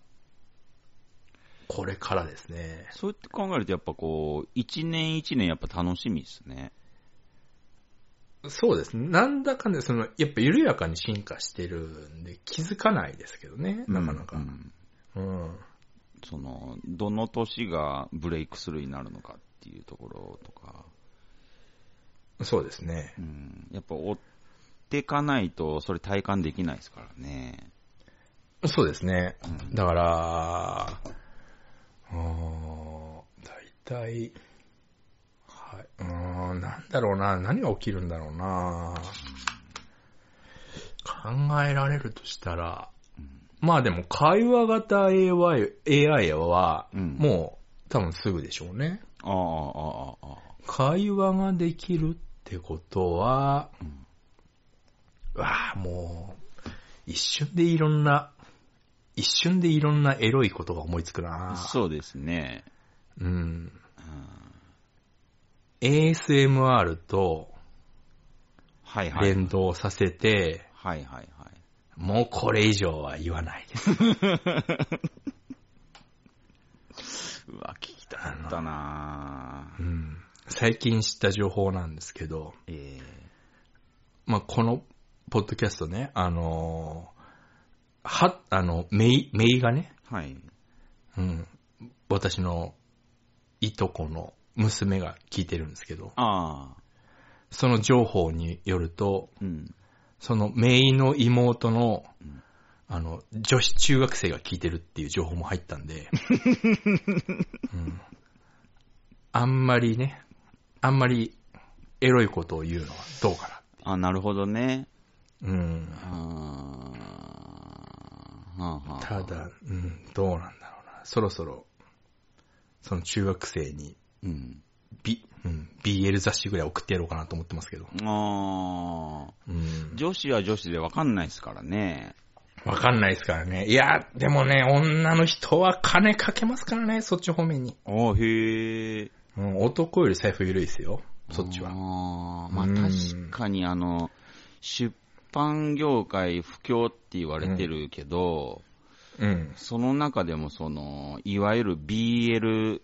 Speaker 1: これからですね。
Speaker 2: そうやって考えると、やっぱこう、一年一年やっぱ楽しみですね。
Speaker 1: そうですね。なんだかんだ、その、やっぱ緩やかに進化してるんで、気づかないですけどね、なかな
Speaker 2: う
Speaker 1: か。
Speaker 2: ん
Speaker 1: うん。
Speaker 2: その、どの年がブレイクスルーになるのかっていうところとか、
Speaker 1: そうですね。
Speaker 2: うん、やっぱ追ってかないと、それ体感できないですからね。
Speaker 1: そうですね。
Speaker 2: うん
Speaker 1: だから、うーん、大体、はい、うーん、なんだろうな、何が起きるんだろうな。考えられるとしたら、まあでも会話型 AI, AI は、
Speaker 2: うん
Speaker 1: もう多分すぐでしょうね。
Speaker 2: ああ、ああ、ああ。
Speaker 1: 会話ができるってことは
Speaker 2: うん、
Speaker 1: うわあ、もう、一瞬でいろんな、一瞬でいろんなエロいことが思いつくな
Speaker 2: そうですね。
Speaker 1: うん。
Speaker 2: うん、
Speaker 1: ASMR と
Speaker 2: はいはい。
Speaker 1: 連動させて、
Speaker 2: はいはいはい。
Speaker 1: もうこれ以上は言わないです。
Speaker 2: うわ、聞きたかったな
Speaker 1: う
Speaker 2: ぁ
Speaker 1: ん。最近知った情報なんですけど、
Speaker 2: え
Speaker 1: まあ、この、ポッドキャストね、あのーは、あの、メイ、メイがね、
Speaker 2: ーはい。
Speaker 1: うん。私の、いとこの娘が聞いてるんですけど、
Speaker 2: ああ、
Speaker 1: その情報によると、
Speaker 2: うん。
Speaker 1: そのメイの妹の
Speaker 2: うん、
Speaker 1: あの、女子中学生が聞いてるっていう情報も入ったん で、うん、あんまりね、あんまりエロいことを言うのはどうか
Speaker 2: あなるほどね。
Speaker 1: な。うん
Speaker 2: あー、はあはあ、
Speaker 1: ただ、うん、どうなんだろうな。そろそろ、その中学生に、
Speaker 2: うん。
Speaker 1: B、うん、BL 雑誌ぐらい送ってやろうかなと思ってますけど。
Speaker 2: ああ、
Speaker 1: うん。
Speaker 2: 女子は女子でわかんないですからね。
Speaker 1: わかんないですからね。いや、でもね、女の人は金かけますからね、そっち方面に。
Speaker 2: ああ、へえ。
Speaker 1: うん、男より財布緩いですよ、そっちは。
Speaker 2: ああ、まあ
Speaker 1: うん
Speaker 2: 確かにあの、出版業界不況って言われてるけど、
Speaker 1: うん。
Speaker 2: その中でもその、いわゆる BL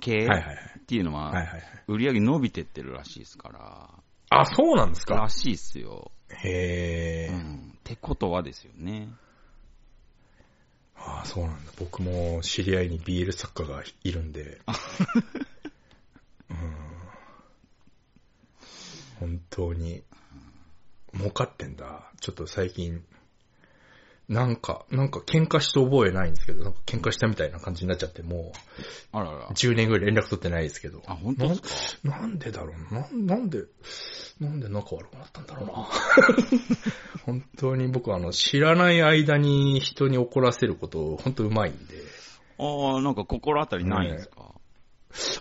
Speaker 2: 系
Speaker 1: はいはいはい。
Speaker 2: っていうの
Speaker 1: はいはい
Speaker 2: は、
Speaker 1: はい。
Speaker 2: 売り上げ伸びてってるらしいですから。。
Speaker 1: あ、そうなんですから
Speaker 2: しいっすよ。
Speaker 1: へえ。
Speaker 2: うん。ってことはですよね。
Speaker 1: あ、そうなんだ。僕も知り合いに BL 作家がいるん で。うん。本当に、儲かってんだ。ちょっと最近、なんか、なんか喧嘩して覚えないんですけど、なんか喧嘩したみたいな感じになっちゃって、もう。
Speaker 2: あらら。
Speaker 1: 10年ぐらい連絡取ってないですけど。
Speaker 2: あ、本当ですか
Speaker 1: ななんでだろうな。なんで、なんで仲悪くなったんだろう な。本当に僕はあの、知らない間に人に怒らせること、本当うまいんで。
Speaker 2: ああ、なんか心当たりないんですか、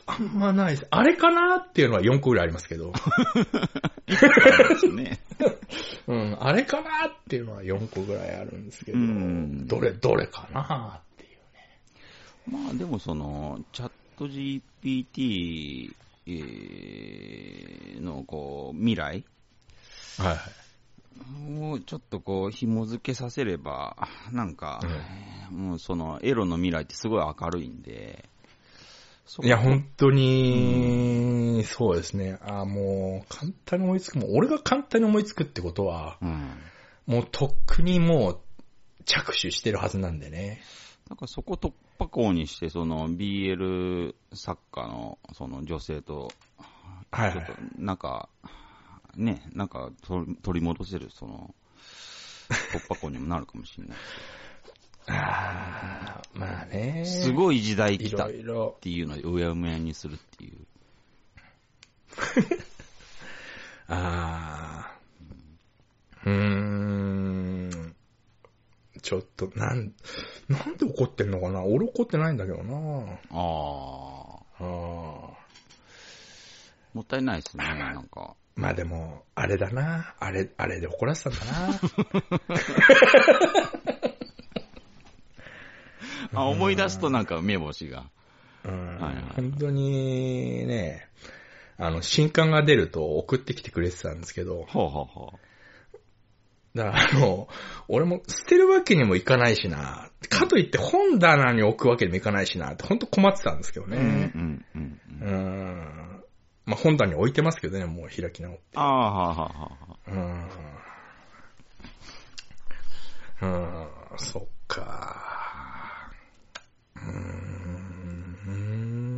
Speaker 1: あんまないです。あれかなっていうのは4個ぐらいありますけど。
Speaker 2: そうですね。
Speaker 1: うん、あれかなっていうのは4個ぐらいあるんですけど、
Speaker 2: うん
Speaker 1: どれ、どれかなっていうね。
Speaker 2: まあでもその、チャット GPT、えーのこう未来
Speaker 1: はいはい。
Speaker 2: をちょっとこう紐付けさせれば、なんか、もうそのエロの未来ってすごい明るいんで、そこ
Speaker 1: いや、本当に、そうですね。あーもう、簡単に思いつく。もう俺が簡単に思いつくってことは、
Speaker 2: うん。
Speaker 1: もうとっくにもう着手してるはずなんでね。
Speaker 2: なんかそこ突破口にして、その BL 作家のその女性と、
Speaker 1: はい
Speaker 2: ちょっとなんか、ね、なんかと取り戻せる、その、突破口にもなるかもしれない。
Speaker 1: あーまあね。
Speaker 2: すごい時代
Speaker 1: い
Speaker 2: 来た
Speaker 1: ろ
Speaker 2: っ
Speaker 1: いろ。
Speaker 2: ていうのをうやむやにするっていう。
Speaker 1: あーうーん。ちょっと、なん、なんで怒ってんのかな俺怒ってないんだけどな
Speaker 2: ああ、も
Speaker 1: あー
Speaker 2: ったいないですね、なんか。
Speaker 1: まあでも、あれだな。あれ、あれで怒らせたんだ な。
Speaker 2: あ、思い出すとなんか目星が。
Speaker 1: うん
Speaker 2: はいはい
Speaker 1: 本当にね、あの、新刊が出ると送ってきてくれてたんですけど、
Speaker 2: ほうほうほ
Speaker 1: だからあの、俺も捨てるわけにもいかないしな、かといって本棚に置くわけにもいかないしな、って本当困ってたんですけど
Speaker 2: う。うん
Speaker 1: ね。
Speaker 2: うんうん
Speaker 1: う
Speaker 2: う。
Speaker 1: んん。まあ、本棚に置いてますけどね、もう開き直って。
Speaker 2: ああ、はあはあはあ。
Speaker 1: うん。うん、そっか。うん。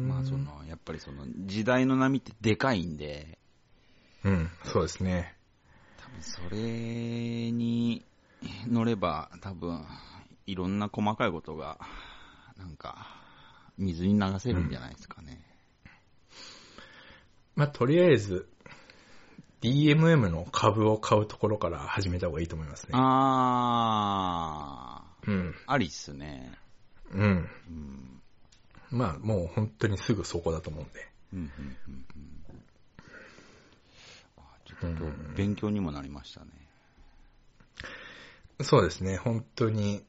Speaker 2: まあその、やっぱりその時代の波ってでかいんで、
Speaker 1: うん、そうですね。
Speaker 2: 多分それに乗れば多分いろんな細かいことが、なんか、水に流せるんじゃないですかね。
Speaker 1: まあ、とりあえず、DMM の株を買うところから始めた方がいいと思いますね。
Speaker 2: あ
Speaker 1: うん。
Speaker 2: ー、ありっすね。
Speaker 1: うん。
Speaker 2: うん。
Speaker 1: まあ、もう本当にすぐそこだと思うんで。
Speaker 2: うん、うん、うんうん。あちょっと今日勉強にもなりましたね。
Speaker 1: そうですね、本当に、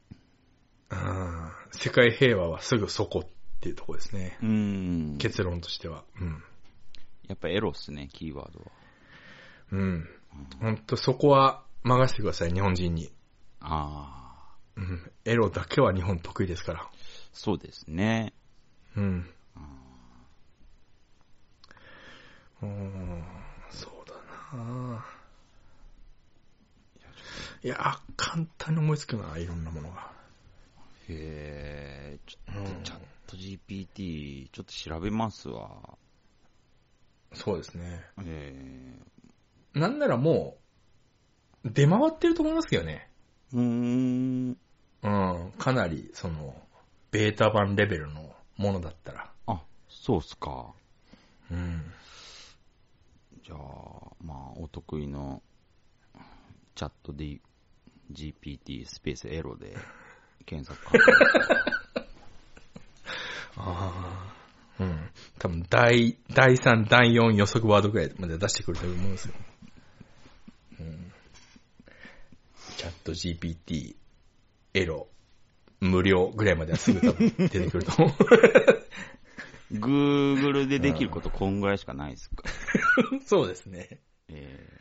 Speaker 1: うん、世界平和はすぐそこっていうところですね。
Speaker 2: うん。
Speaker 1: 結論としては。うん。
Speaker 2: やっぱエロっすね、キーワードは。
Speaker 1: うん。本当そこは任せてください、日本人に。
Speaker 2: あ
Speaker 1: うん。エロだけは日本得意ですから。
Speaker 2: ー、そうですね。
Speaker 1: うん。
Speaker 2: うん
Speaker 1: うん、そうだなぁいや、簡単に思いつくな、いろんなものが。
Speaker 2: へえ、ちょっ
Speaker 1: うん
Speaker 2: とチャット GPT、ちょっと調べますわ。
Speaker 1: そうですね。
Speaker 2: え
Speaker 1: なんならもう、出回ってると思いますけどね。
Speaker 2: ー、うーん、
Speaker 1: うん、かなり、その、ベータ版レベルのものだったら。
Speaker 2: あ、そうっすか。
Speaker 1: うん。
Speaker 2: じゃあ、まあ、お得意のチャット D、GPT スペースエロで検索かけて
Speaker 1: ああ。うん。多分、第、第3、第4予測ワードぐらいまで出してくれてると思うんですよ。うん。チャット GPT、エロ、無料ぐらいまではすぐ多分出てくると 思う。
Speaker 2: Google でできることこんぐらいしかないっすか。
Speaker 1: そうですね。
Speaker 2: え